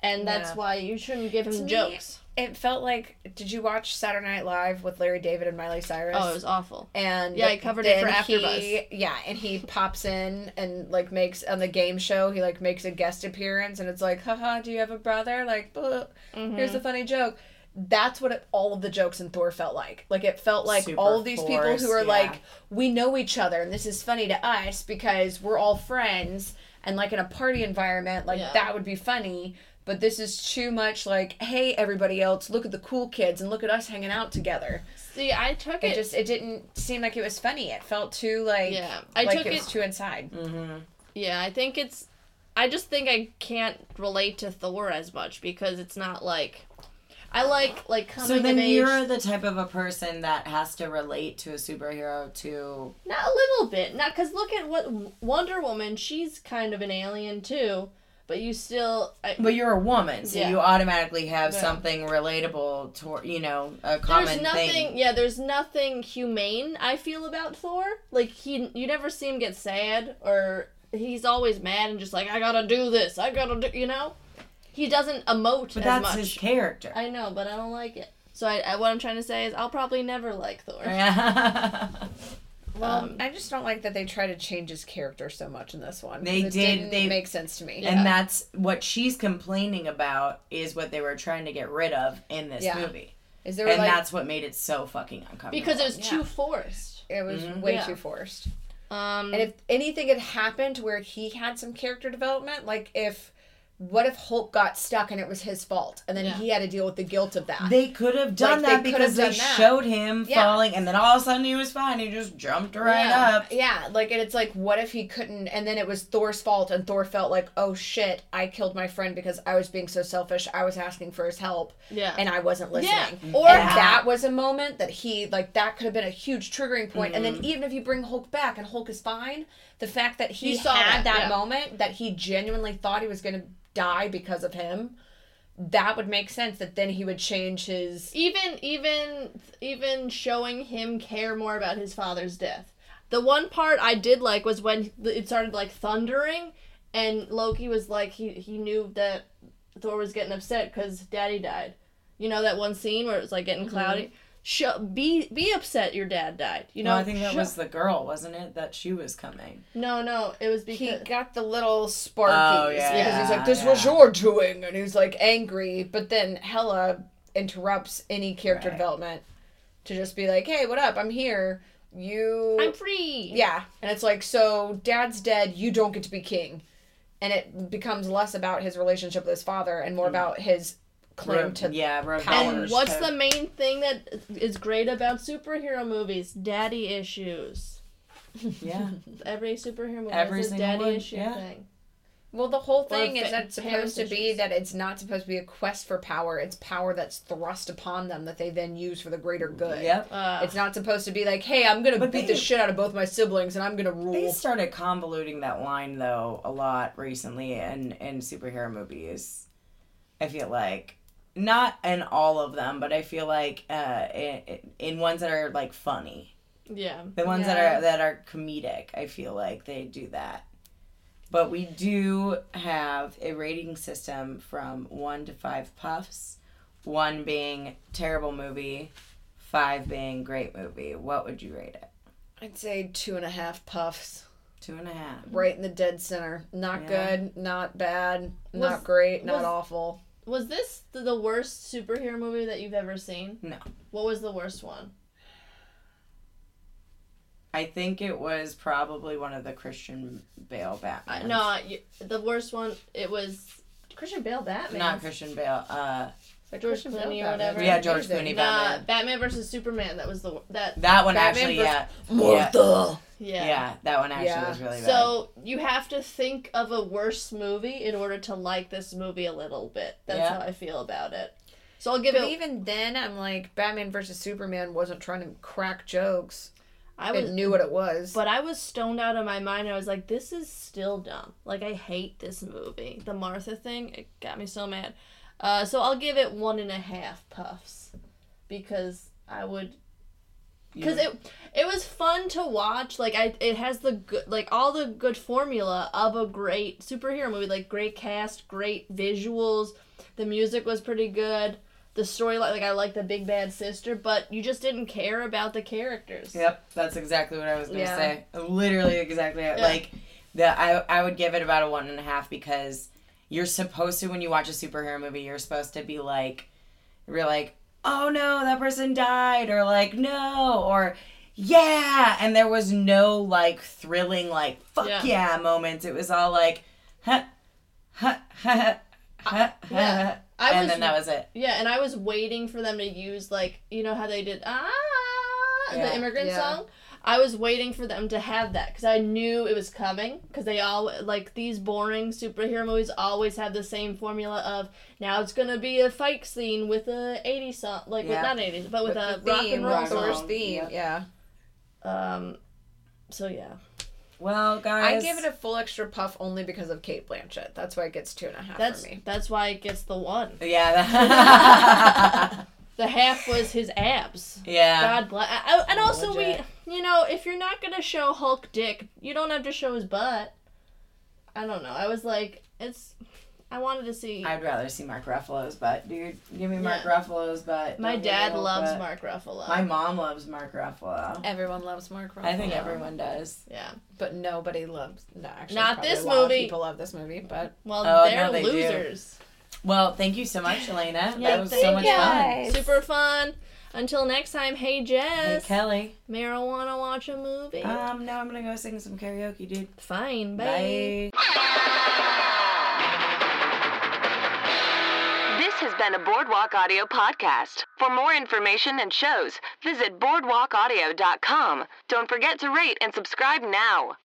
Speaker 2: And that's
Speaker 4: Yeah.
Speaker 2: why you shouldn't give him
Speaker 4: me-
Speaker 2: jokes.
Speaker 4: It felt like. Did you watch Saturday Night Live with Larry David and Miley Cyrus?
Speaker 2: Oh, it was awful.
Speaker 4: and
Speaker 2: Yeah, I covered it for
Speaker 4: then
Speaker 2: AfterBuzz.
Speaker 4: he- Yeah, and he pops in and like makes on the game show. He like makes a guest appearance, and it's like, haha, do you have a brother? Like, blah,
Speaker 2: Mm-hmm.
Speaker 4: here's a funny joke. That's what it, all of the jokes in Thor felt like. Like it felt like
Speaker 3: Super
Speaker 4: all of these people
Speaker 3: forced,
Speaker 4: who are
Speaker 3: yeah.
Speaker 4: like, we know each other, and this is funny to us because we're all friends, and like in a party environment, like
Speaker 2: Yeah.
Speaker 4: that would be funny. But this is too much like, hey, everybody else, look at the cool kids and look at us hanging out together
Speaker 2: See, I took it,
Speaker 4: it just it didn't seem like it was funny. It felt too like
Speaker 2: Yeah. I
Speaker 4: like
Speaker 2: took
Speaker 4: it Mm. was
Speaker 2: it-
Speaker 4: too inside.
Speaker 2: Yeah, I think it's I just think I can't relate to Thor as much because it's not like I like like coming
Speaker 3: so then
Speaker 2: of age
Speaker 3: you're the type of a person that has to relate to a superhero to
Speaker 2: not a little bit. Not cuz look at what Wonder Woman, she's kind of an alien too, but you still I,
Speaker 3: But you're a woman, so
Speaker 2: Yeah.
Speaker 3: you automatically have
Speaker 2: Yeah.
Speaker 3: something relatable to you know a common
Speaker 2: there's nothing
Speaker 3: thing.
Speaker 2: yeah there's nothing humane i feel about thor like he you never see him get sad or he's always mad and just like i gotta do this i gotta do you know he doesn't emote
Speaker 3: But
Speaker 2: as
Speaker 3: that's
Speaker 2: much
Speaker 3: his character.
Speaker 2: i know but i don't like it so I, I, what i'm trying to say is i'll probably never like thor
Speaker 4: Well,
Speaker 2: Um,
Speaker 4: I just don't like that they try to change his character so much in this one.
Speaker 3: They did,
Speaker 4: It Didn't
Speaker 3: they-
Speaker 4: make sense to me.
Speaker 2: Yeah.
Speaker 3: And that's what she's complaining about is what they were trying to get rid of in this
Speaker 4: Yeah.
Speaker 3: movie.
Speaker 4: Is there
Speaker 3: And
Speaker 4: like
Speaker 3: that's what made it so fucking uncomfortable.
Speaker 2: because it was
Speaker 4: Yeah.
Speaker 2: too forced
Speaker 4: it was
Speaker 3: Mm-hmm.
Speaker 4: way
Speaker 2: Yeah.
Speaker 4: too forced.
Speaker 2: um
Speaker 4: And if anything had happened where he had some character development, like if what if Hulk got stuck and it was his fault, and then
Speaker 2: Yeah.
Speaker 4: he had to deal with the guilt of that?
Speaker 3: They could have done
Speaker 4: Like, they
Speaker 3: that
Speaker 4: could
Speaker 3: because
Speaker 4: have
Speaker 3: they
Speaker 4: done that.
Speaker 3: showed him
Speaker 4: Yeah.
Speaker 3: falling, and then all of a sudden he was fine. He just jumped right
Speaker 2: Yeah.
Speaker 3: up.
Speaker 4: yeah, like and it's like, what if he couldn't? And then it was Thor's fault, and Thor felt like, oh shit, I killed my friend because I was being so selfish. I was asking for his help,
Speaker 2: Yeah.
Speaker 4: and I wasn't listening.
Speaker 2: yeah.
Speaker 4: Or
Speaker 3: Mm-hmm.
Speaker 2: Or
Speaker 4: that was a moment that he like that could have been a huge triggering point. And
Speaker 3: Mm-hmm.
Speaker 4: then even if you bring Hulk back and Hulk is fine, the fact that he
Speaker 2: You saw
Speaker 4: had that,
Speaker 2: that, yeah.
Speaker 4: moment that he genuinely thought he was gonna die because of him, that would make sense that then he would change his
Speaker 2: even even even showing him care more about his father's death the one part i did like was when th- it started like thundering and loki was like he he knew that thor was getting upset because daddy died you know that one scene where it was like getting
Speaker 3: Mm-hmm.
Speaker 2: cloudy Show, be be upset your dad died you know
Speaker 3: No, I think that
Speaker 2: Sho-
Speaker 3: was the girl, wasn't it? That she was coming.
Speaker 2: no no it was
Speaker 4: he
Speaker 2: because
Speaker 4: got the little sparkies
Speaker 3: Oh, yeah,
Speaker 4: because he's like, This
Speaker 3: yeah.
Speaker 4: was your doing and he's like angry, but then Hella interrupts any character
Speaker 3: Right.
Speaker 4: development to just be like, Hey, what up? I'm here. You
Speaker 2: i'm free
Speaker 4: Yeah, and it's like so dad's dead, you don't get to be king. And it becomes less about his relationship with his father and more about his claim
Speaker 3: Re-
Speaker 4: to
Speaker 3: Mm. yeah,
Speaker 4: power.
Speaker 2: and
Speaker 3: revenge.
Speaker 2: what's
Speaker 3: type.
Speaker 2: the main thing that is great about superhero movies daddy issues
Speaker 3: Yeah,
Speaker 2: every superhero movie
Speaker 3: Every
Speaker 2: has a
Speaker 3: single
Speaker 2: daddy
Speaker 3: one,
Speaker 2: issue
Speaker 3: yeah.
Speaker 2: thing.
Speaker 4: Well, the whole thing
Speaker 2: fa-
Speaker 4: is that it's
Speaker 2: parents'
Speaker 4: supposed to be
Speaker 2: issues.
Speaker 4: that it's not supposed to be a quest for power. It's power that's thrust upon them that they then use for the greater good.
Speaker 3: yep.
Speaker 2: Uh,
Speaker 4: It's not supposed to be like, hey, I'm gonna
Speaker 3: But
Speaker 4: beat
Speaker 3: they-
Speaker 4: the shit out of both my siblings and I'm gonna
Speaker 3: They
Speaker 4: rule.
Speaker 3: started convoluting that line though a lot recently, and in superhero movies, I feel like not in all of them, but I feel like uh, in, in ones that are like funny,
Speaker 2: yeah.
Speaker 3: the ones that
Speaker 4: Yeah.
Speaker 3: are that are comedic, I feel like they do that. But we do have a rating system from one to five puffs, one being terrible movie, five being great movie. What would you rate it?
Speaker 4: I'd say two and a half puffs.
Speaker 3: Two and a half.
Speaker 4: Right in the dead center. Not
Speaker 3: Yeah.
Speaker 4: good, not bad,
Speaker 2: Was-
Speaker 4: not great, not
Speaker 2: was-
Speaker 4: awful.
Speaker 2: Was this th- the worst superhero movie that you've ever seen?
Speaker 3: No.
Speaker 2: What was the worst one?
Speaker 3: I think it was probably one of the Christian Bale
Speaker 2: I,
Speaker 4: Uh,
Speaker 3: Batman.
Speaker 2: no, I- the worst one. It was Christian Bale Batman.
Speaker 3: not Christian Bale. Uh,
Speaker 2: George
Speaker 4: Christian Bale
Speaker 2: Clooney or
Speaker 4: Batman.
Speaker 2: whatever.
Speaker 3: yeah, George
Speaker 4: Amazing.
Speaker 3: Clooney
Speaker 2: Nah,
Speaker 3: Batman.
Speaker 2: Batman versus Superman. That was the wor- that.
Speaker 3: That one
Speaker 4: Batman
Speaker 3: actually,
Speaker 4: versus-
Speaker 3: yeah,
Speaker 4: Martha.
Speaker 2: Yeah.
Speaker 3: yeah, that one actually
Speaker 4: Yeah.
Speaker 3: was really bad.
Speaker 2: So you have to think of a worse movie in order to like this movie a little bit. That's
Speaker 3: Yeah.
Speaker 2: how I feel about it. So I'll give
Speaker 4: But
Speaker 2: it.
Speaker 4: even then, I'm like, Batman versus Superman wasn't trying to crack jokes.
Speaker 2: I
Speaker 4: I
Speaker 2: was
Speaker 4: knew what it was.
Speaker 2: But I was stoned out of my mind. I was like, this is still dumb. Like, I hate this movie. The Martha thing, it got me so mad. Uh, so I'll give it one and a half puffs because I would. Because
Speaker 3: You-
Speaker 2: it it was fun to watch. Like I, it has the good, like all the good formula of a great superhero movie. Like great cast, great visuals. The music was pretty good. The storyline, like I like the big bad sister, but you just didn't care about the characters.
Speaker 3: Yep, that's exactly what I was gonna
Speaker 4: Yeah.
Speaker 3: say. Literally exactly it.
Speaker 2: Yeah.
Speaker 3: like the I I would give it about a one and a half because you're supposed to when you watch a superhero movie, you're supposed to be like you're like, Oh no, that person died or like no or yeah and there was no like thrilling like fuck
Speaker 2: Yeah.
Speaker 3: yeah, moments. It was all like huh huh huh huh huh
Speaker 2: Yeah. I
Speaker 3: and
Speaker 2: was
Speaker 3: then that was it.
Speaker 2: Yeah, and I was waiting for them to use like you know how they did ah
Speaker 3: Yeah,
Speaker 2: the immigrant
Speaker 4: yeah.
Speaker 2: song. I was waiting for them to have that because I knew it was coming. Because they all like these boring superhero movies always have the same formula of now it's gonna be a fight scene with a 80s song like with
Speaker 3: Yeah.
Speaker 2: not 80s but with, a
Speaker 4: the
Speaker 2: rock
Speaker 4: theme,
Speaker 2: and roll
Speaker 4: rock and roll
Speaker 2: song.
Speaker 4: theme,
Speaker 3: Yeah.
Speaker 4: yeah.
Speaker 2: Um, so yeah,
Speaker 3: Well
Speaker 4: I
Speaker 3: guys
Speaker 4: give it a full extra puff only because of Kate Blanchett. That's why it gets two and a half
Speaker 2: that's
Speaker 4: for me.
Speaker 2: that's why it gets the one.
Speaker 3: yeah, that-
Speaker 2: The half was his abs.
Speaker 3: yeah.
Speaker 2: God bless. I, I- and also,
Speaker 3: Uh, Legit.
Speaker 2: we, you know, if you're not gonna show Hulk dick, you don't have to show his butt. I don't know. I was like, it's. I wanted to see.
Speaker 3: I'd rather see Mark Ruffalo's butt, dude. Give me Mark
Speaker 2: Yeah.
Speaker 3: Ruffalo's butt.
Speaker 2: my
Speaker 3: Don't give me
Speaker 2: dad
Speaker 3: Hulk
Speaker 2: loves
Speaker 3: butt.
Speaker 2: Mark Ruffalo.
Speaker 3: My mom loves Mark Ruffalo.
Speaker 4: Everyone loves Mark Ruffalo.
Speaker 3: I think everyone does.
Speaker 2: yeah.
Speaker 4: But nobody loves. No, actually,
Speaker 2: Not
Speaker 4: probably
Speaker 2: this
Speaker 4: a lot of
Speaker 2: movie.
Speaker 4: people love this movie, but
Speaker 2: Well,
Speaker 3: Oh,
Speaker 2: they're
Speaker 3: no, they do.
Speaker 2: losers.
Speaker 3: Well, thank you so much, Elena.
Speaker 2: Yeah,
Speaker 3: that was so
Speaker 2: thank
Speaker 3: much
Speaker 2: you.
Speaker 3: fun.
Speaker 2: Super fun. Until next time, hey
Speaker 3: Hey,
Speaker 2: Jess,
Speaker 3: Kelly.
Speaker 2: marijuana watch a movie.
Speaker 3: Um, no, I'm gonna go sing some karaoke, dude.
Speaker 2: Fine, bye.
Speaker 3: Bye.
Speaker 5: Bye.
Speaker 1: has been a Boardwalk Audio podcast. For more information and shows, visit boardwalkaudio.com. Don't forget to rate and subscribe now.